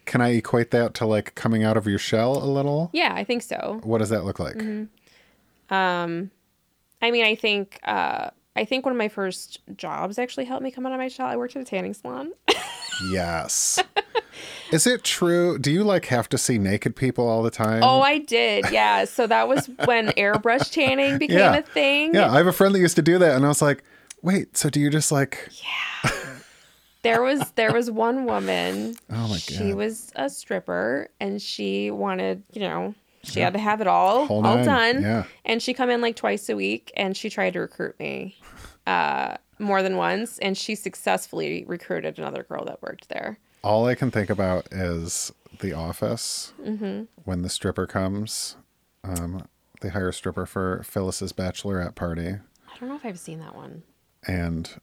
can I equate that to like coming out of your shell a little? Yeah, Mm-hmm. I think so. Um, What does that look like? I mean I think uh I think one of my first jobs actually helped me come out of my shell. I worked at a tanning salon. Yes. Is it true? Do you like have to see naked people all the time? oh, I did. Yeah. So that was when airbrush tanning became Yeah. a thing. yeah. I have a friend that used to do that, and I was like, wait. So do you just like? there was there was one woman. Oh my She God. was a stripper, and she wanted, you know, she had to have it all, Whole all nine, done. yeah. And she come in like twice a week, and she tried to recruit me, uh, more than once, and she successfully recruited another girl that worked there. All I can think about is The Office. Mm-hmm. When the stripper comes, um, they hire a stripper for Phyllis's bachelorette party, I don't know if I've seen that one. and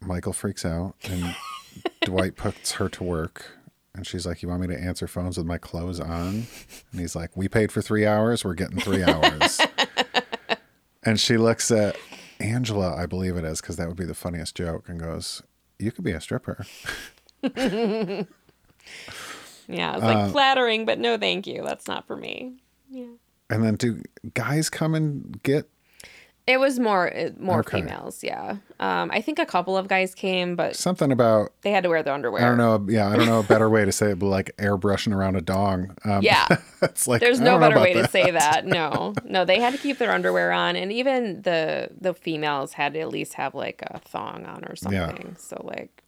Michael freaks out, and Dwight puts her to work. And she's like, You want me to answer phones with my clothes on? And he's like, We paid for three hours. We're getting three hours. and she looks at Angela, I believe it is, because that would be the funniest joke, and goes, You could be a stripper. Yeah, it's Uh, like flattering, but no, thank you. That's not for me. Yeah. And then do guys come and get? It was more uh, more Okay. females, yeah. Um, I think a couple of guys came, but Something about they had to wear their underwear. I don't know. Yeah, I don't know a better way to say it, but like airbrushing around a dong. Um, Yeah. it's like There's I no don't know better about way to that. say that. No, no, they had to keep their underwear on, and even the the females had to at least have like a thong on or something. Yeah. So like,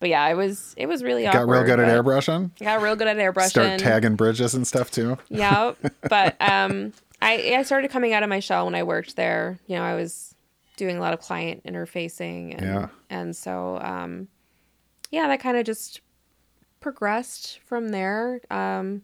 but yeah, it was it was really Got real awkward, good at but- airbrushing. Got real good at airbrushing. Start tagging bridges and stuff too. yeah, but um, I I started coming out of my shell when I worked there. You know, I was doing a lot of client interfacing, and Yeah. and so um, yeah, that kind of just progressed from there. Um,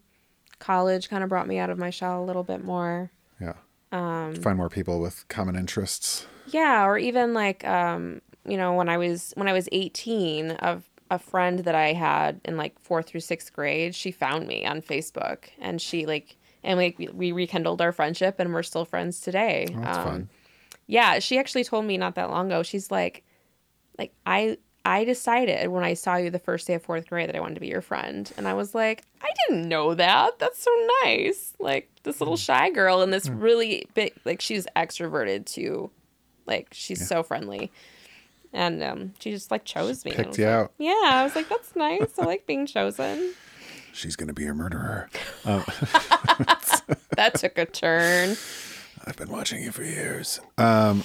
college kind of brought me out of my shell a little bit more. Yeah. Um, Find more people with common interests. Yeah, or even like um, you know, when I was when I was 18 of a friend that I had in like 4th through 6th grade, she found me on Facebook and she like and like we, we rekindled our friendship and we're still friends today. Oh, Um, That's fun. Yeah, she actually told me not that long ago. She's like like I I decided when I saw you the first day of 4th grade that I wanted to be your friend. And I was like, I didn't know that. That's so nice. Like this little shy girl and this really big like she's extroverted too. Like she's so friendly. And um, she just like chose me. and I Picked was you like- out. Yeah, I was like, that's nice. I like being chosen. She's gonna be a murderer. That took a turn. I've been watching you for years. Um,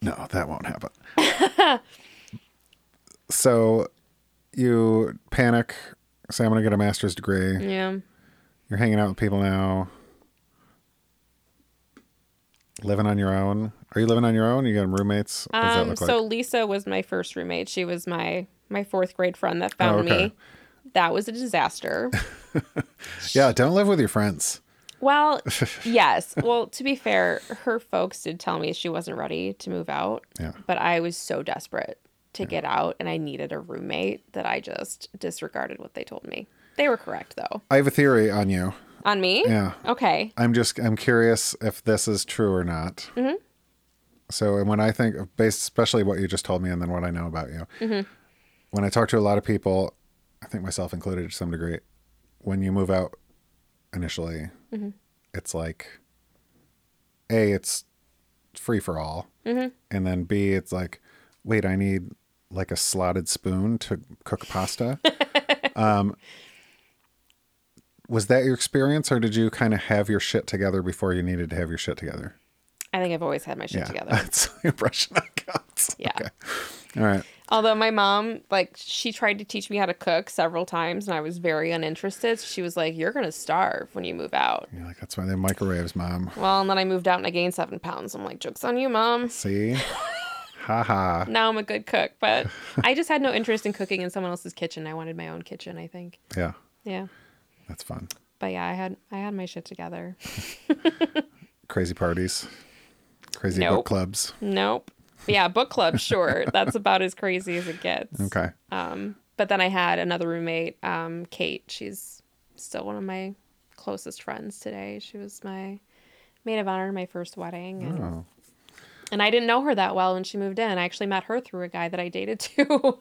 no, that won't happen. so you panic, say, I'm going to get a master's degree. Yeah. You're hanging out with people now, living on your own. Are you living on your own? You got roommates? What does that Um, look so like? Lisa was my first roommate. She was my my fourth grade friend that found Oh, okay. me. That was a disaster. Yeah, don't live with your friends. Well, yes. Well, to be fair, her folks did tell me she wasn't ready to move out. Yeah. But I was so desperate to get out and I needed a roommate that I just disregarded what they told me. They were correct though. I have a theory on you. On me? Yeah. Okay. I'm just I'm curious if this is true or not. Mm-hmm. So, and when I think, based especially what you just told me, and then what I know about you, when I talk to a lot of people, I think myself included to some degree, when you move out initially, it's like, a, it's free for all, and then b, it's like, wait, I need like a slotted spoon to cook pasta. Was that your experience, or did you kind of have your shit together before you needed to have your shit together? I think I've always had my shit together. That's the impression I got. Yeah. Okay. All right. Although my mom, like, she tried to teach me how to cook several times and I was very uninterested. So she was like, You're going to starve when you move out. You're like, that's why they microwaves, mom. Well, and then I moved out and I gained seven pounds. I'm like, Joke's on you, mom. See? ha ha. now I'm a good cook, but I just had no interest in cooking in someone else's kitchen. I wanted my own kitchen, I think. Yeah. Yeah. That's fun. But yeah, I had I had my shit together. Crazy parties. Crazy book Nope. clubs. Nope. Yeah, book club, sure. That's about as crazy as it gets. Okay. Uh. But then I had another roommate, um, Kate. She's still one of my closest friends today. She was my maid of honor in my first wedding. And, Oh. and I didn't know her that well when she moved in. I actually met her through a guy that I dated to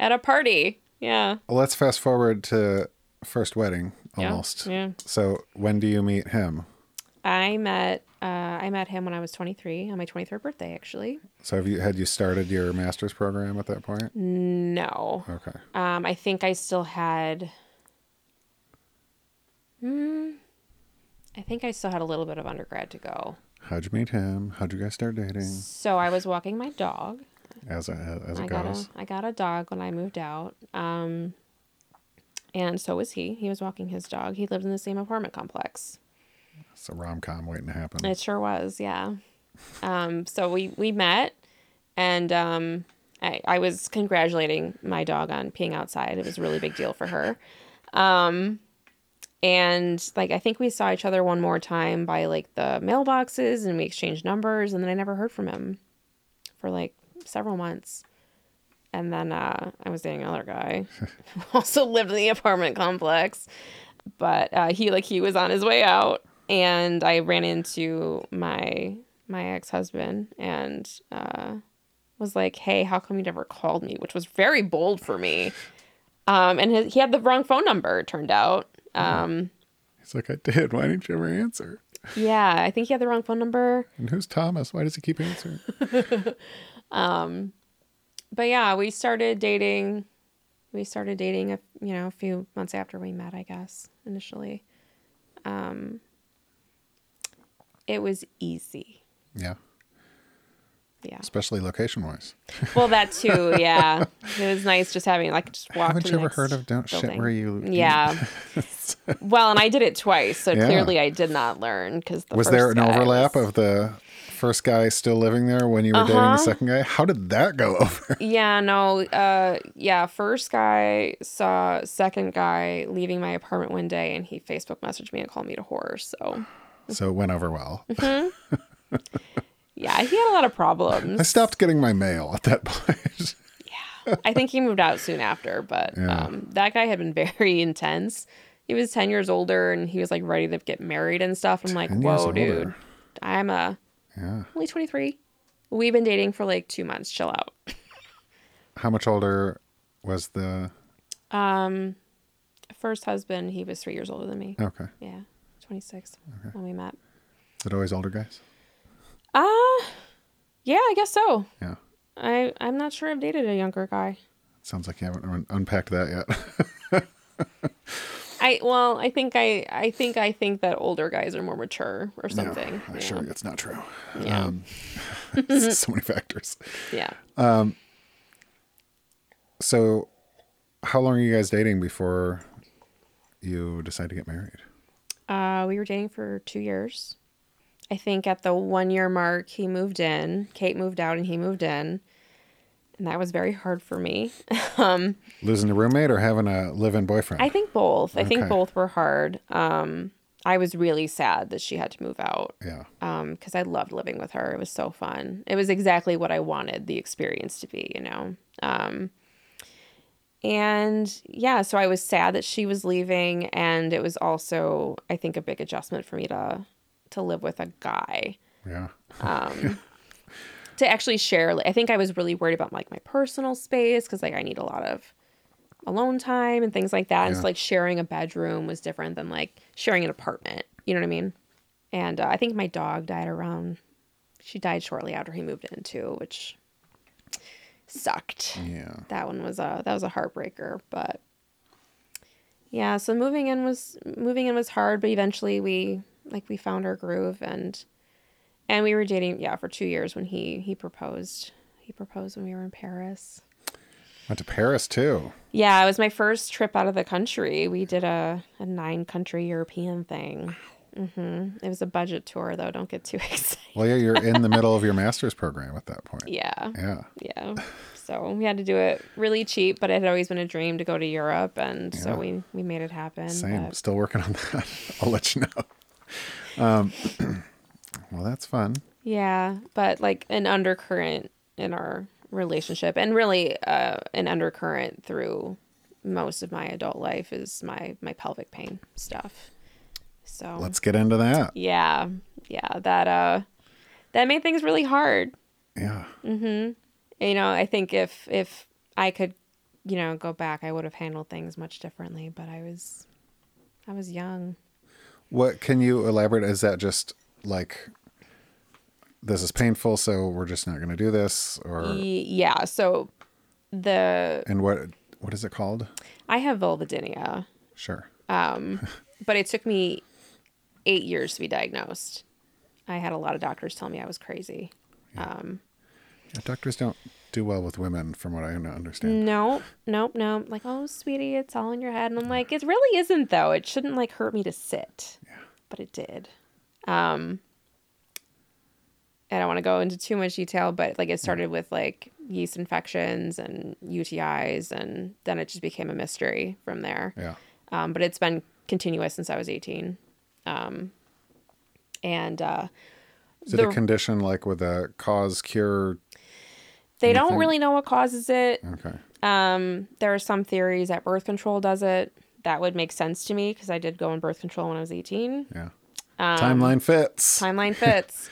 at a party. Yeah. Well, let's fast forward to first wedding Yeah. almost. Yeah. So when do you meet him? I met uh, I met him when I was 23 on my 23rd birthday, actually. So have you had you started your master's program at that point? Mm. No, Okay. um, I think I still had. Hmm. I think I still had a little bit of undergrad to go. How'd you meet him? How'd you guys start dating? So I was walking my dog. As it, as it I goes. got a I got a dog when I moved out. Um, and so was he. He was walking his dog. He lived in the same apartment complex. It's a rom com waiting to happen. It sure was, yeah. Um, so we we met, and um, I, I was congratulating my dog on peeing outside. It was a really big deal for her. Um, and like I think we saw each other one more time by like the mailboxes, and we exchanged numbers, and then I never heard from him for like several months. And then uh, I was dating another guy, who also lived in the apartment complex but uh, he like he was on his way out and i ran into my my ex-husband and uh, was like hey how come you never called me which was very bold for me Um, and his, he had the wrong phone number. It turned out. Um, He's like, I did. Why didn't you ever answer? yeah, I think he had the wrong phone number. And who's Thomas? Why does he keep answering? But yeah, we started dating. We started dating a you know a few months after we met, I guess initially. Um, it was easy. yeah, Yeah. especially location wise. Well, that too. Yeah, it was nice just having like just walk. Haven't you to the ever next heard of don't shit building. where you eat? Yeah. well, and I did it twice, so Yeah. clearly I did not learn because the Was there first an guy overlap was- of the first guy still living there when you were dating the Uh-huh. second guy? How did that go over? Yeah, no. Uh, yeah, first guy saw second guy leaving my apartment one day, and he Facebook messaged me and called me to whore. So so it went over well. yeah, he had a lot of I problems. stopped getting my mail at that point. I think he moved out soon after, but Yeah. um, that guy had been very intense. He was ten years older, and he was like ready to get married and stuff. I'm like, 10 years whoa, dude, older. I'm a yeah. only 23. We've been dating for like two months. Chill out. How much older was the? Um, First husband, he was three years older than me. Okay. Yeah, 26 when we met. Is it always older guys? Uh yeah, I guess so. Yeah. I I'm not sure I've dated a younger guy. Sounds like you haven't un- unpacked that yet. I well, I think I I think I think that older guys are more mature or No, something. I'm yeah. sure that's not true. Yeah. Um, so many factors. yeah. So, how long are you guys dating before you decide to get married? Uh, we were dating for two years. I think at the one year mark, he moved in. Kate moved out, and he moved in, and that was very hard for me. Losing a roommate or having a live-in boyfriend? I think both. I think Okay. both were hard. Um, I was really sad that she had to move out. yeah. um because i loved living with her it was so fun it was exactly what i wanted the experience to be you know um and yeah so i was sad that she was leaving and it was also i think a big adjustment for me to to live with a guy Yeah. to actually share like, i think i was really worried about like my personal space because like i need a lot of alone time and things like that and so Yeah. like sharing a bedroom was different than like sharing an apartment you know what i mean and uh, i think my dog died around she died shortly after he moved in too which sucked Yeah. that one was a that was a heartbreaker but yeah so moving in was moving in was hard but eventually we like we found our groove and and we were dating yeah for two years when he he proposed he proposed when we were in paris Went to Paris too. yeah it was my first trip out of the country we did a, a nine country european thing hmm it was a budget tour though don't get too excited Well, yeah, you're in the middle of your master's program at that point. yeah Yeah. yeah so we had to do it really cheap but it had always been a dream to go to europe and so Yeah. we we made it happen Same. but- Still working on that. I'll let you know. Um, well, that's fun. Yeah, but like an undercurrent in our relationship, and really uh, an undercurrent through most of my adult life is my my pelvic pain stuff. So Let's get into that. yeah, yeah, that uh, that made things really hard. Yeah. You know, I think if if I could, you know, go back, I would have handled things much differently. But I was, I was young. What can you elaborate? Is that just like this is painful, so we're just not going to do this, or Y- Yeah, so the and what what is it called? I have vulvodynia. Sure. but it took me eight years to be diagnosed. I had a lot of doctors tell me I was crazy. Yeah, doctors don't do well with women, from what I understand. Nope, nope, nope. Like, oh, sweetie, it's all in your head. And I'm like, it really isn't, though. It shouldn't, like, hurt me to sit. But it did. Um, I don't want to go into too much detail, but, like, it started with, like, yeast infections and UTIs, and then it just became a mystery from there. Yeah. um, but it's been continuous since I was 18. Um, and uh, Is it a The- condition like with a cause, cure? they don't Anything? really know what causes it. Okay. Um, there are some theories that birth control does it. That would make sense to me because I did go on birth control when I was 18. Yeah. Um, Timeline fits. Timeline fits.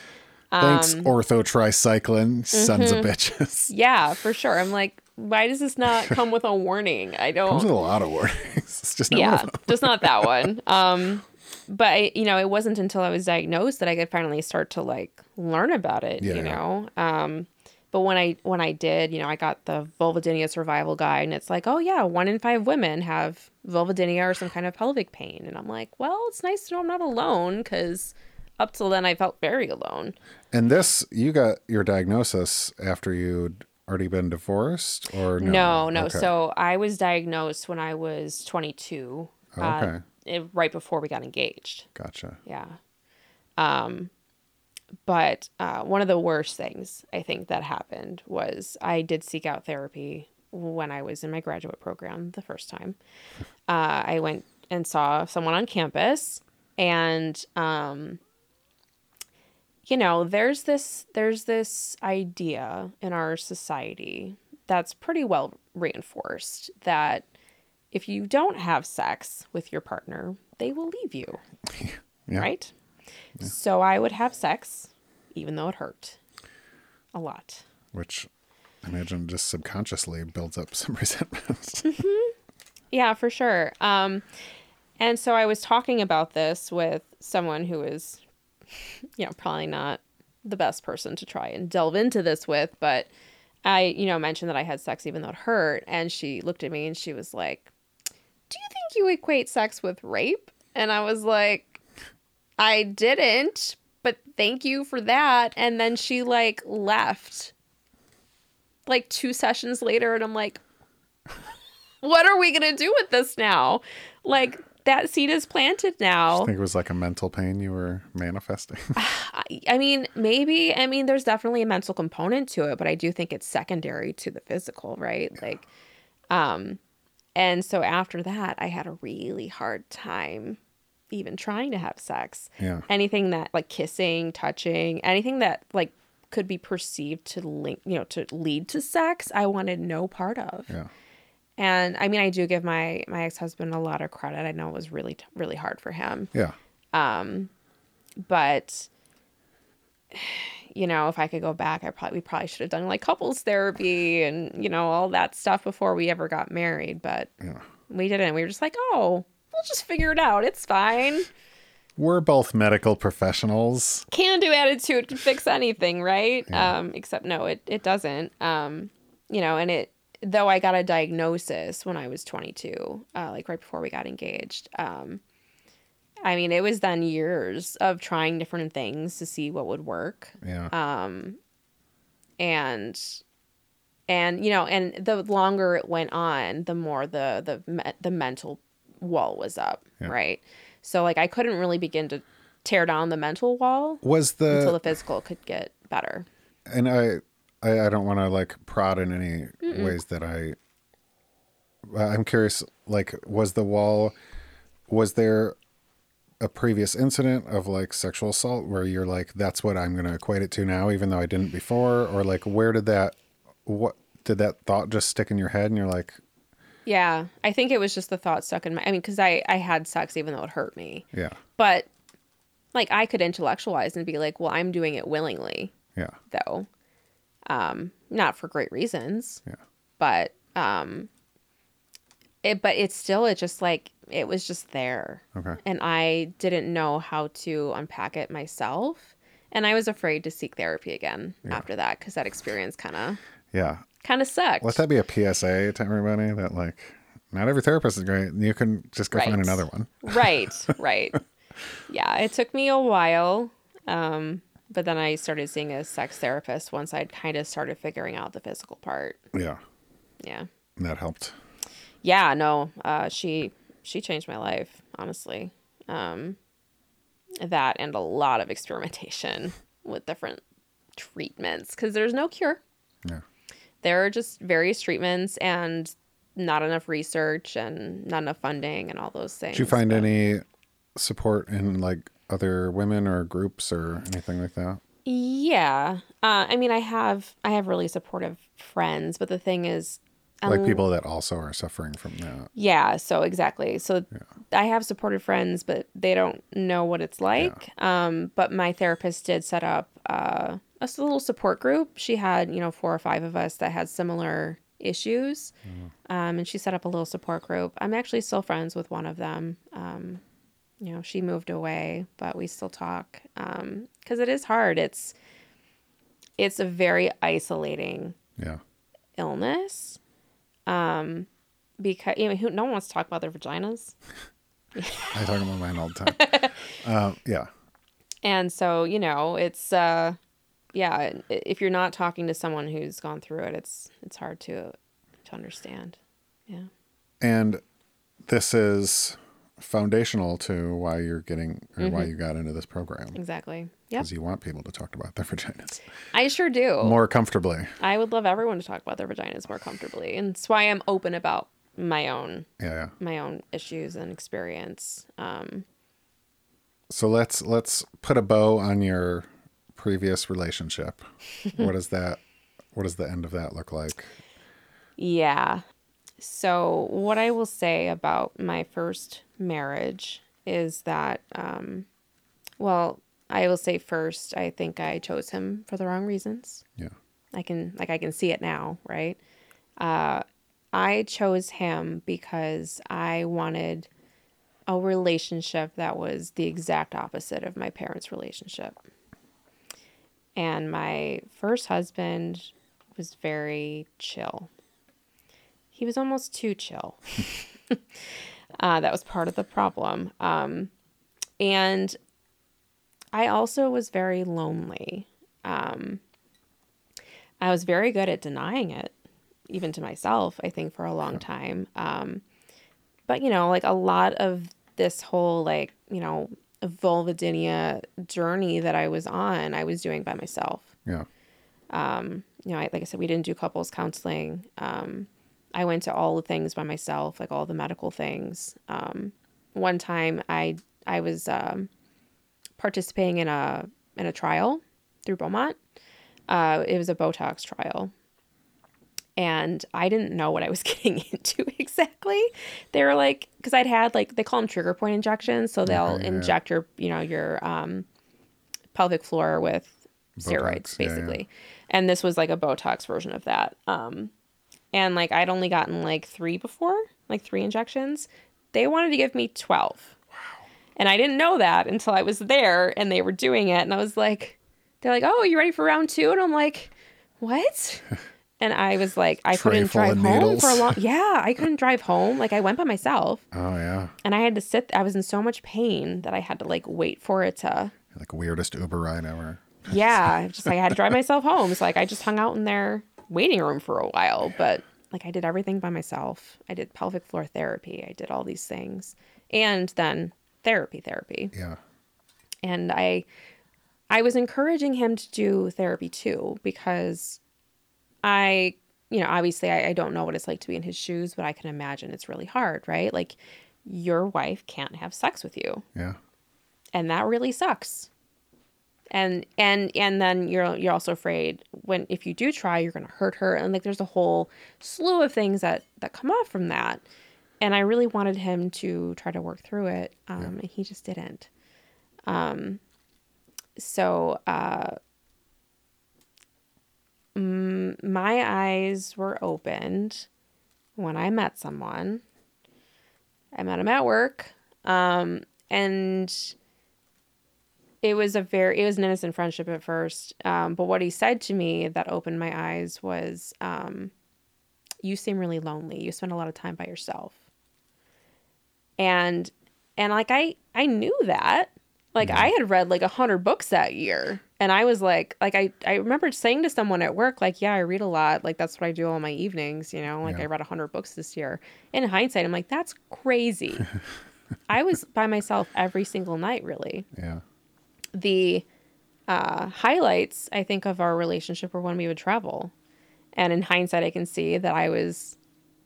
um, mm-hmm. Thanks, ortho tricyclin, sons of bitches. yeah, for sure. I'm like, Why does this not come with a warning? I don't. Comes with a lot of warnings. It's just not one of yeah them. just not that one um but I, you know it wasn't until i was diagnosed that i could finally start to like learn about it Yeah, you yeah. know um but when i when i did you know i got the vulvodynia survival guide and it's like oh yeah one in five women have vulvodynia or some kind of pelvic pain and i'm like well it's nice to know i'm not alone because up till then i felt very alone And this, you got your diagnosis after you'd already been divorced, or no? No, no. Okay. So I was diagnosed when I was 22, uh, Okay. it- right before we got engaged. gotcha. Yeah. Um, but uh, one of the worst things I think that happened was I did seek out therapy when I was in my graduate program the first time. Uh, I went and saw someone on campus, and um, you know, there's this there's this idea in our society that's pretty well reinforced that if you don't have sex with your partner, they will leave you Yeah. right? So I would have sex, even though it hurt a lot. Which I imagine just subconsciously builds up some resentment. Yeah, for sure. Um, and so I was talking about this with someone who is, you know, probably not the best person to try and delve into this with, but I, you know, mentioned that I had sex even though it hurt. And she looked at me and she was like, Do you think you equate sex with rape? And I was like, I didn't, but thank you for that. And then she like left like two sessions later. And I'm like, what are we going to do with this now? Like, that seed is planted I now. think it was like a mental pain you were manifesting. I, I mean, maybe, I mean, there's definitely a mental component to it, but I do think it's secondary to the physical, right? Like, um, and so after that, I had a really hard time even trying to have sex. Yeah. Anything that, like kissing, touching, anything that, like, could be perceived to link, you know, to lead to sex, I wanted no part of. yeah. And I mean, I do give my my ex husband a lot of credit. I know it was really t- really hard for him Yeah. but you know if i could go back i probably we probably should have done like couples therapy and you know all that stuff before we ever got married but Yeah. we didn't we were just like oh we'll just figure it out it's fine We're both medical professionals. can do attitude can fix anything right um except no it it doesn't um you know and it though i got a diagnosis when i was 22 uh like right before we got engaged um i mean it was then years of trying different things to see what would work Yeah. and and you know and the longer it went on the more the the me- the mental wall was up Yeah. right so like i couldn't really begin to tear down the mental wall was until the the, physical could get better and I I, I don't want to like prod in any ways that I I- I'm curious like was the wall was there a previous incident of like sexual assault where you're like that's what I'm going to equate it to now even though I didn't before or like where did that what did that thought just stick in your head and you're like yeah i think it was just the thought stuck in my i mean because i i had sex even though it hurt me yeah but like i could intellectualize and be like well i'm doing it willingly yeah though um not for great reasons yeah but um it but it's still it just like it was just there okay and i didn't know how to unpack it myself and i was afraid to seek therapy again after that because that experience kind of yeah kind of sucked let that be a PSA to everybody that like not every therapist is great you can just go find Right. another one right right yeah it took me a while um but then i started seeing a sex therapist once i'd kind of started figuring out the physical part yeah yeah and that helped yeah no uh she she changed my life honestly um that and a lot of experimentation with different treatments because there's no cure yeah there are just various treatments and not enough research and not enough funding and all those things Did you find any support in like other women or groups or anything like that? yeah uh i mean i have i have really supportive friends but the thing is Um, like people that also are suffering from that. Yeah, so exactly. So I have supportive friends, but they don't know what it's like. Um, but my therapist did set up uh, a s- little support group. She had, you know, four or five of us that had similar issues. Um, and she set up a little support group. I'm actually still friends with one of them. Um, you know, she moved away, but we still talk Um, 'cause because it is hard. It's it's a very isolating Yeah. illness. Um, because you know, who, no one wants to talk about their vaginas. I talk about mine all the time. uh, yeah. And so, you know, it's uh yeah, i- if you're not talking to someone who's gone through it, it's it's hard to to understand. Yeah. And this is foundational to why you're getting or why you got into this program Exactly. Yep. because you want people to talk about their vaginas I sure do. more comfortably. I would love everyone to talk about their vaginas more comfortably. And it's why I'm open about my own Yeah, yeah. my own issues and experience. Um So let's let's put a bow on your previous relationship. what is that? What does the end of that look like? Yeah. So, what I will say about my first marriage is that, um, well, I will say first, I think I chose him for the wrong reasons. Yeah. I can, like, I can see it now, right? Uh, I chose him because I wanted a relationship that was the exact opposite of my parents' relationship. And my first husband was very chill. He was almost too chill. uh, that was part of the problem. Um, and I also was very lonely. Um, I was very good at denying it, even to myself, I think, for a long time. Um, but, you know, like a lot of this whole, like, you know, vulvodynia journey that I was on, I was doing by myself Yeah. you know, I, like I said, we didn't do couples counseling. Um, I went to all the things by myself, like all the medical things. Um, one time, I I was um, participating in a in a trial through Beaumont. Uh, it was a Botox trial, and I didn't know what I was getting into exactly. They were like, because I'd had like they call them trigger point injections, so they'll Oh, yeah. inject your you know your um, pelvic floor with steroids Botox, yeah, yeah. basically, and this was like a Botox version of that. Um, and like I'd only gotten like three before, like three injections. They wanted to give me twelve. And I didn't know that until I was there and they were doing it. And I was like, they're like, oh, you ready for round two? And I'm like, what? And I was like, I couldn't Tray full of drive home needles. for a long. Yeah, I couldn't drive home. Like I went by myself, Oh yeah. and I had to sit. I was in so much pain that I had to like wait for it to. Like weirdest Uber ride ever. Yeah, just like I had to drive myself home. So like I just hung out in their waiting room for a while, but like I did everything by myself. I did pelvic floor therapy. I did all these things, and then therapy, therapy Yeah. and i i was encouraging him to do therapy too because i you know obviously I, I don't know what it's like to be in his shoes but i can imagine it's really hard right like your wife can't have sex with you Yeah. and that really sucks and and and then you're you're also afraid when if you do try you're going to hurt her and like there's a whole slew of things that that come off from that and i really wanted him to try to work through it um and he just didn't um so uh m- my eyes were opened when i met someone i met him at work um and it was a very it was an innocent friendship at first um, but what he said to me that opened my eyes was um, you seem really lonely you spend a lot of time by yourself and and like i i knew that like i had read like a hundred books that year and i was like like i i remember saying to someone at work like yeah i read a lot like that's what i do all my evenings you know like Yeah. i read a hundred books this year in hindsight i'm like that's crazy i was by myself every single night really Yeah. the uh, highlights I think of our relationship were when we would travel, and in hindsight, I can see that I was,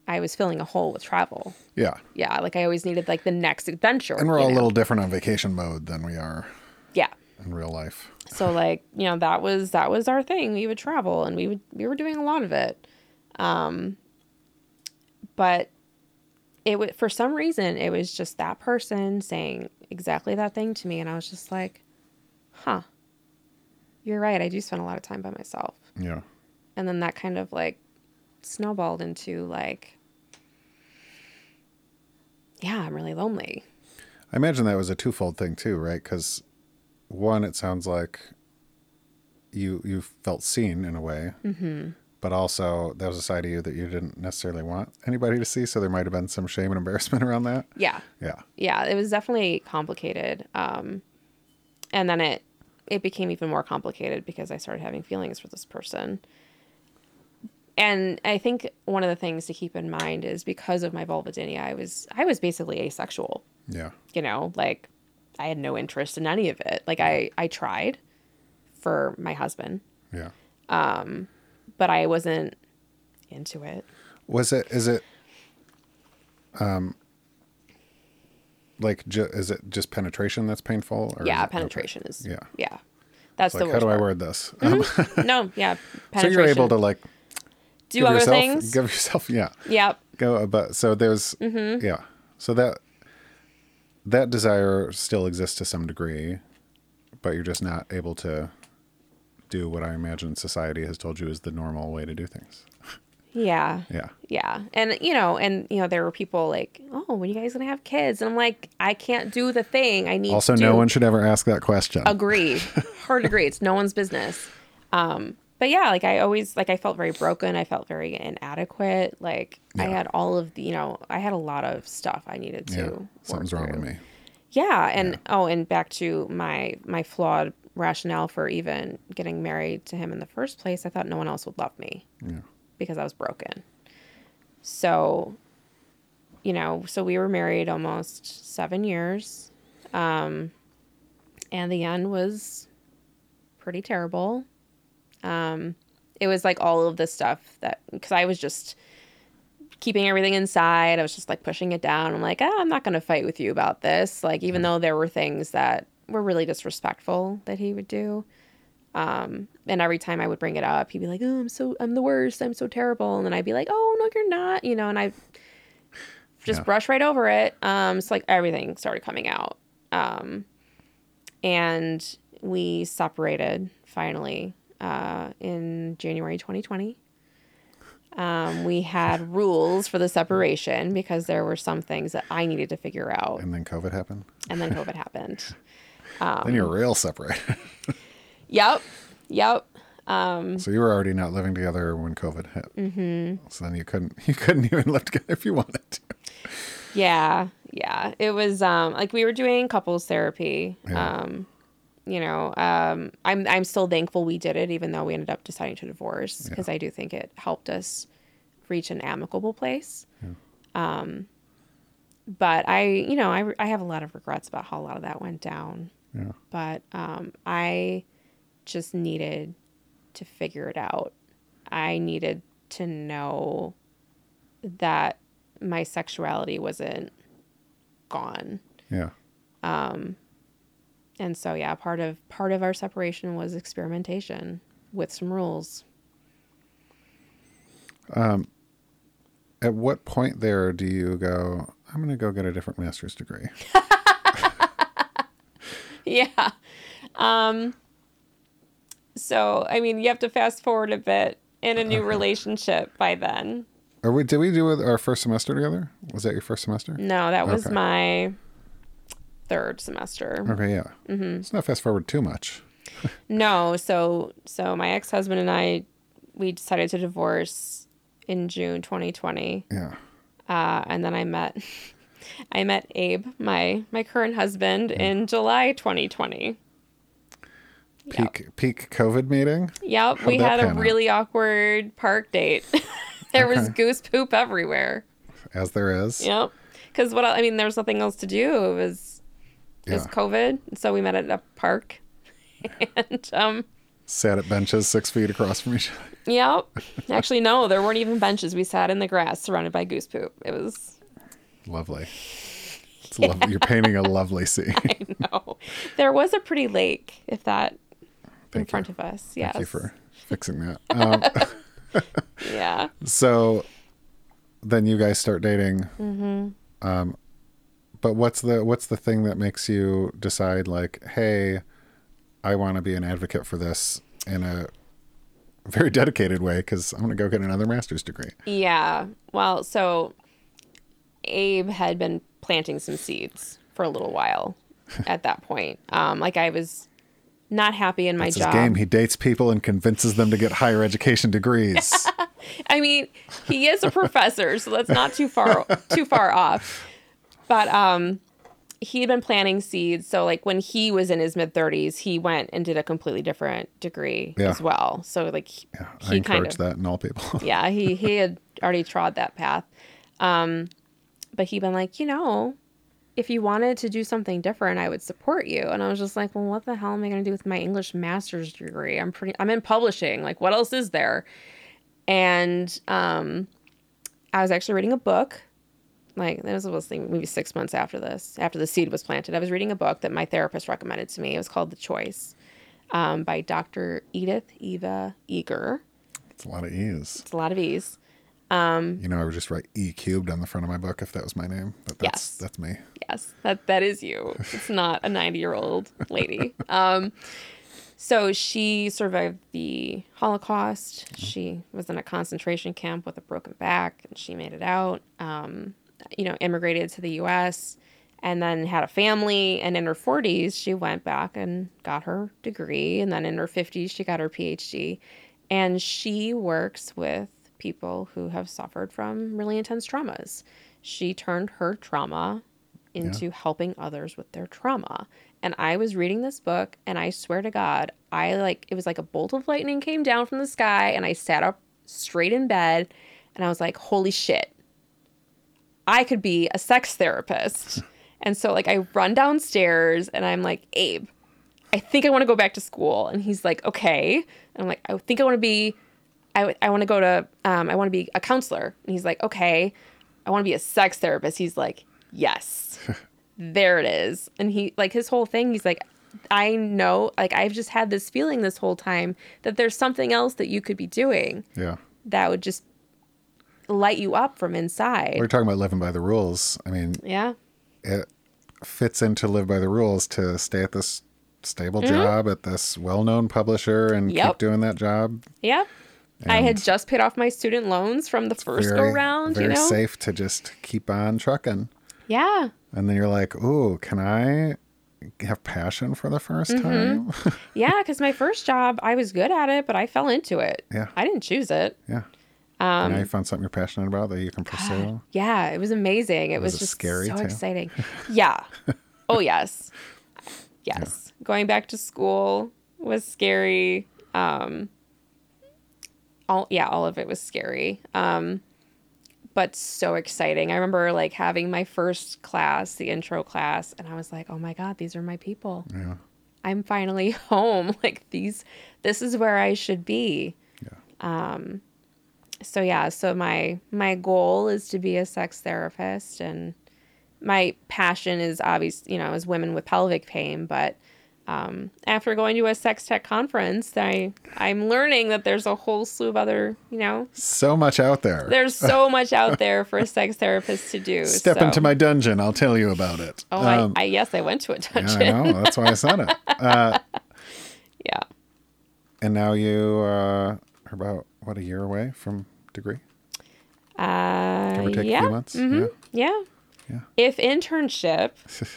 I was filling a hole with travel. Yeah. Yeah, like I always needed like the next adventure. And we're you all a know? little different on vacation mode than we are yeah. in real life. So like you know that was that was our thing. We would travel and we would we were doing a lot of it, um, but it would for some reason it was just that person saying exactly that thing to me, and I was just like, huh. You're right. I do spend a lot of time by myself. Yeah. and then that kind of like snowballed into like, yeah, I'm really lonely. I imagine that was a twofold thing too, right? Because one, it sounds like you you felt seen in a way, but also that was a side of you that you didn't necessarily want anybody to see. So there might have been some shame and embarrassment around that. Yeah. Yeah, yeah, it was definitely complicated. Um, and then it it became even more complicated because I started having feelings for this person. And I think one of the things to keep in mind is because of my vulvodynia, I was I was basically asexual. yeah, You know, like I had no interest in any of it. Like I I tried for my husband, yeah. but I wasn't into it. Was it? Is it? Um, like, ju- is it just penetration that's painful? Or yeah, is it- penetration is Yeah. yeah. That's Like, the how worst. do I part. word this? No, yeah, so penetration. you're able to like do give other yourself, things. give yourself, yeah, Yep. go. uh, But so there's, Mm-hmm. yeah. So that that desire still exists to some degree, but you're just not able to do what I imagine society has told you is the normal way to do things. Yeah. Yeah, Yeah. And you know, and you know, there were people like, "Oh, when you guys going to have kids?" And I'm like, "I can't do the thing. I need Also, to no do- one should ever ask that question. agree. Hard agree. It's no one's business." Um, but yeah, like I always like I felt very broken. I felt very inadequate. Like I Yeah. had all of the, you know, I had a lot of stuff I needed to. yeah, work something's wrong with through. me. Yeah, and oh, and back to my my flawed rationale for even getting married to him in the first place. I thought no one else would love me Yeah, because I was broken. So, you know, so we were married almost seven years. Um, and the end was pretty terrible. Um, it was like all of this stuff that, because I was just keeping everything inside. I was just like pushing it down. I'm like, ah, I'm not going to fight with you about this. Like, even though there were things that were really disrespectful that he would do and every time I would bring it up, he'd be like, "Oh, I'm so I'm the worst. I'm so terrible." And then I'd be like, "Oh, no, you're not." You know, and I just Yeah. brush right over it. Um, so like everything started coming out. Um, and we separated finally uh, in January 2020. Um, we had rules for the separation because there were some things that I needed to figure out, and then COVID happened. and then COVID happened. then you're real separate. Yep, yep. So you were already not living together when COVID hit. Mm-hmm. So then you couldn't you couldn't even live together if you wanted to. Yeah, yeah. It was um like we were doing couples therapy. Yeah. Um you know, um I'm I'm still thankful we did it even though we ended up deciding to divorce because I do think it helped us reach an amicable place. Um but I, you know, I I have a lot of regrets about how a lot of that went down, Yeah. but um I just needed to figure it out. I needed to know that my sexuality wasn't gone. Yeah. And so yeah, part of part of our separation was experimentation with some rules. At what point there do you go, I'm gonna go get a different master's degree? Yeah. Um so I mean, you have to fast forward a bit in a new relationship by then. Or we, did we do it our first semester together? Was that your first semester? No, that was Okay. my third semester. Okay, yeah. Mm-hmm. Let's not fast forward too much. No, so so my ex-husband and I we decided to divorce in June 2020. Yeah. Uh, and then I met I met Abe, my my current husband Mm-hmm. in July 2020. Peak peak COVID meeting. Yep, we How'd that had a pan out? really awkward park date. there was goose poop everywhere. As there is. Yep. Cuz what el- I mean there was nothing else to do. It was it was Yeah. COVID, so we met at a park. and um Sat at benches six feet across from each other. Yep. Actually, no, there weren't even benches. We sat in the grass surrounded by goose poop. It was, Lovely. It's lovely. You're painting a lovely scene. I know. There was a pretty lake, if that, in Thank you. front of us. Yes. Thank you for fixing that. Um, Yeah. so then you guys start dating mm-hmm. um but what's the what's the thing that makes you decide like hey i want to be an advocate for this in a very dedicated way because I'm going to go get another master's degree. Yeah. Well, so Abe had been planting some seeds for a little while at that point. Um, like I was not happy in my It's his job. game. He dates people and convinces them to get higher education degrees. I mean, he is a professor, so that's not too far too far off. But um he had been planting seeds, so like when he was in his mid 30s, he went and did a completely different degree Yeah. as well. So like he, I he kind encourage of that in all people. yeah, he he had already trod that path. Um but he'd been like, "You know, if you wanted to do something different, I would support you." And I was just like, "Well, what the hell am I going to do with my English master's degree? I'm pretty I'm in publishing. Like what else is there?" and um, I was actually reading a book. Like this was thing maybe six months after this, after the seed was planted. I was reading a book that my therapist recommended to me. It was called The Choice, um, by Dr. Edith Eva Eager. It's a lot of E's. It's a lot of E's. Mm-hmm. You know, I would just write E cubed on the front of my book if that was my name. But that's Yes. that's me. Yes, that that is you. It's not a 90 year old lady. Um, so she survived the Holocaust. She was in a concentration camp with a broken back, and she made it out. Um, you know, immigrated to the U.S. and then had a family. And in her 40s, she went back and got her degree. And then in her 50s, she got her PhD. And she works with people who have suffered from really intense traumas. She turned her trauma into helping others with their trauma. And I was reading this book, and I swear to God, I like it was like a bolt of lightning came down from the sky, and I sat up straight in bed, and I was like, "Holy shit, I could be a sex therapist." and so, like, I run downstairs, and I'm like, "Abe, I think I want to go back to school," and he's like, "Okay," and I'm like, "I think I want to be." I, w- I want to go to um, I want to be a counselor and he's like okay I want to be a sex therapist he's like yes there it is and he like his whole thing he's like I know like I've just had this feeling this whole time that there's something else that you could be doing Yeah. that would just light you up from inside We're talking about living by the rules. I mean, yeah it fits into live by the rules to stay at this stable job at this well-known publisher and keep Mm-hmm. Yep. doing that job. yeah I had just paid off my student loans from the first go round very you know safe to just keep on trucking. yeah And then you're like, "Ooh, can I have passion for the Mm-hmm. 1st time?" yeah because my first job I was good at it but I fell into it Yeah. I didn't choose it yeah. now Um, you found something you're passionate about that you can pursue. Yeah, it was amazing. It, was, it just scary, so too? exciting. Yeah. Oh yes. Yes. Going back to school was scary. Um all yeah, all of it was scary. Um but so exciting. I remember like having my first class, the intro class, and I was like, "Oh my god, these are my people. Yeah. I'm finally home. Like these this is where I should be." Um, Yeah. so yeah so my my goal is to be a sex therapist and my passion is obvious you know is women with pelvic pain but um, after going to a sex tech conference i i'm learning that there's a whole slew of other you know So much out there. there's so much out there for a sex therapist to do Step so- into my dungeon. I'll tell you about it. um, oh Um, I, I yes i went to a yeah, dungeon I know. That's why I said it. Uh, yeah and now you uh, are about what a year away from degree, uh, give or take yeah a few months. mhm. Yeah. Yeah. Yeah. If internship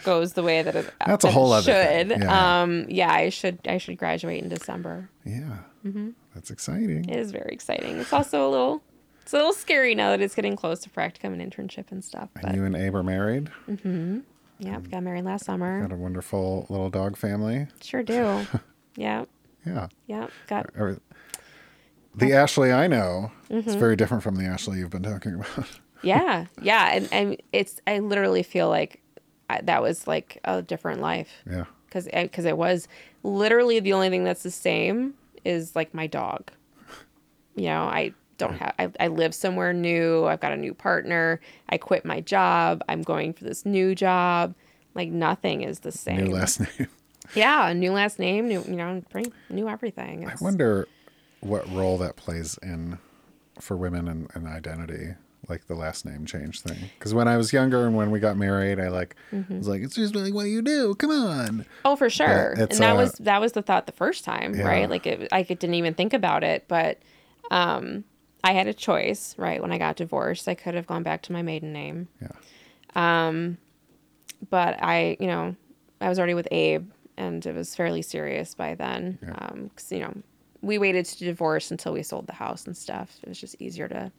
goes the way that it That's a that it whole other should, thing. Yeah. um, yeah, I should I should graduate in December. Yeah. That's exciting. Mm-hmm. It is very exciting. It's also a little it's a little scary now that it's getting close to practicum and internship and stuff. And But you and Abe are married. yeah, got married last summer. Got a wonderful little dog family. Sure do. yeah, Yeah. yeah. Got Or- The Ashley I know Mm-hmm. is very different from the Ashley you've been talking about. yeah, yeah. And, and it's I literally feel like I, that was like a different life. yeah. because because it was literally the only thing that's the same is like my dog. You know, I don't have. I, I live somewhere new. I've got a new partner. I quit my job. I'm going for this new job. Like nothing is the same. New last name. yeah, new last name. New you know, pretty new everything. I It's- wonder what role that plays in for women and, and identity. like the last name change thing. Because when I was younger and when we got married, I like Mm-hmm. was like, it's just like what you do. Come on. Oh, for sure. it's, and that uh, was that was the thought the first time, Yeah. right? Like it, I could- didn't even think about it, but um, I had a choice, right? When I got divorced, I could have gone back to my maiden name. Um, Yeah. but I, you know, I was already with Abe, and it was fairly serious by then. Um 'cause you know, we waited to divorce until we sold the house and stuff. It was just easier to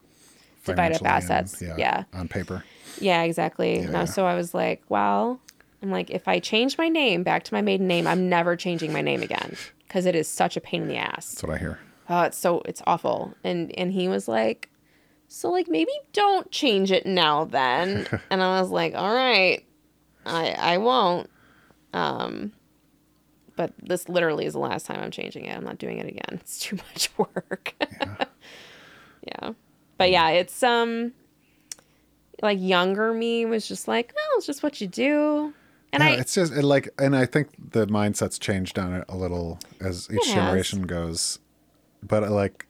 divide up Financially and- assets. Yeah. yeah, On paper. exactly. And I- so I was like, well, I'm like, if I change my name back to my maiden name, I'm never changing my name again because it is such a pain in the ass. That's what I hear. Oh, it's so it's awful. And and he was like, so like maybe don't change it now then. and I was like, all right, I I won't. Um, but this literally is the last time I'm changing it. I'm not doing it again. It's too much work. Yeah. But yeah, it's um like younger me was just like, oh, it's just what you do. And Yeah, I it's just it like, and I think the mindset's changed on it a little as each has. generation goes. But I like,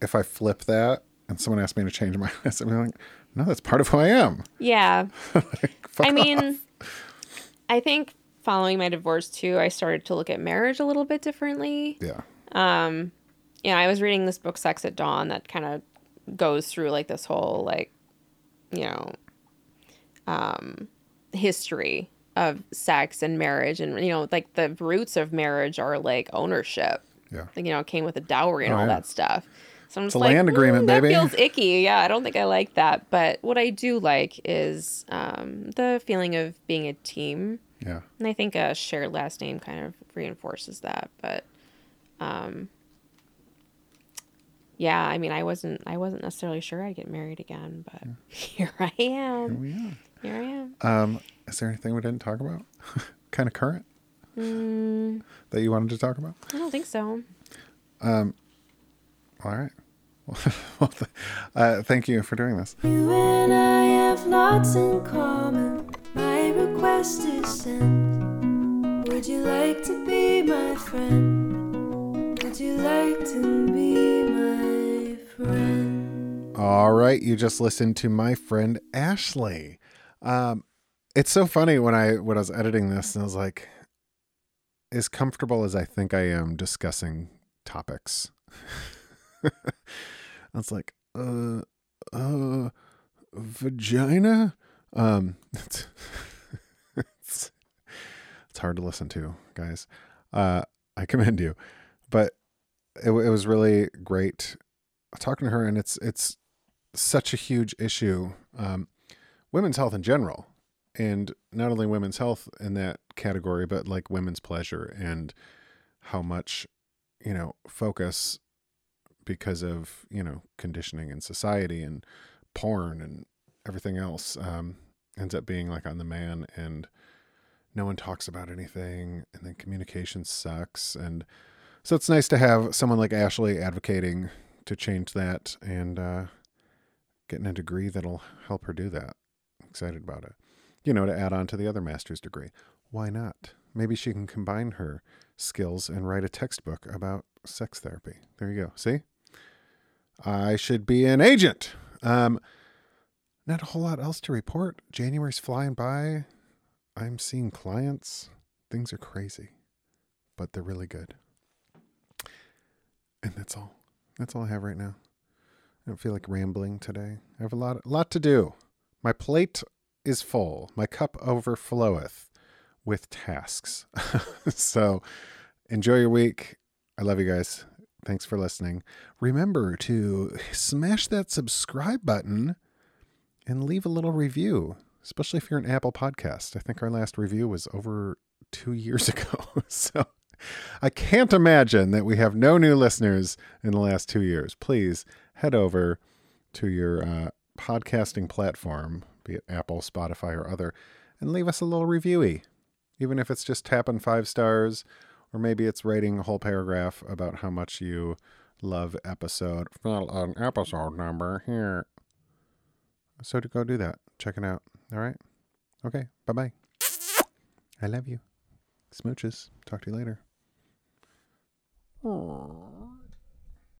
if I flip that and someone asks me to change my last name, I'm like, no, that's part of who I am. yeah. Like, fuck I mean, I think following my divorce too, I started to look at marriage a little bit differently. yeah, You know, I was reading this book, Sex at Dawn, that kind of goes through like this whole, like, you know, um, history of sex and marriage. And, you know, like the roots of marriage are like ownership. yeah. Like, you know, it came with a dowry and Oh, all yeah. that stuff. So I'm just a like, land agreement, "Mm, that baby." feels icky. Yeah, I don't think I like that. But what I do like is um, the feeling of being a team. Yeah. And I think a shared last name kind of reinforces that, but um yeah, I mean I wasn't I wasn't necessarily sure I'd get married again, but here I am. We are. Here I am. Um, is there anything we didn't talk about? kind of current Mm. that you wanted to talk about? I don't think so. All right. Well, th- uh, thank you for doing this. You and I have lots in common. My request is sent. Would you like to be my friend? Would you like to be my friend? All right, you just listened to my friend Ashley. Um, it's so funny when I when I was editing this, and I was like, as comfortable as I think I am discussing topics, I was like, uh, uh, vagina. Um, it's, it's it's hard to listen to, guys. Uh, I commend you, but it, w- it was really great talking to her, and it's it's such a huge issue um, women's health in general and not only women's health in that category but like women's pleasure and how much you know focus because of you know conditioning in society and porn and everything else um, ends up being like on the man and no one talks about anything and then communication sucks and so it's nice to have someone like ashley advocating to change that and uh, getting a degree that'll help her do that. I'm excited about it. You know, to add on to the other master's degree. Why not? Maybe she can combine her skills and write a textbook about sex therapy. There you go. See? I should be an agent. Um, not a whole lot else to report. January's flying by. I'm seeing clients. Things are crazy, but they're really good. And that's all. That's all I have right now. I don't feel like rambling today. I have a lot, a lot to do. My plate is full. My cup overfloweth with tasks. so enjoy your week. I love you guys. Thanks for listening. Remember to smash that subscribe button and leave a little review, especially if you're an Apple podcast. I think our last review was over two years ago. so I can't imagine that we have no new listeners in the last two years. Please head over to your uh, podcasting platform, be it Apple, Spotify, or other, and leave us a little reviewy, even if it's just tapping five stars, or maybe it's writing a whole paragraph about how much you love episode. Well, an episode number here. So to go do that. Check it out. All right. Okay. Bye bye. I love you. Smooches. Talk to you later. Aww.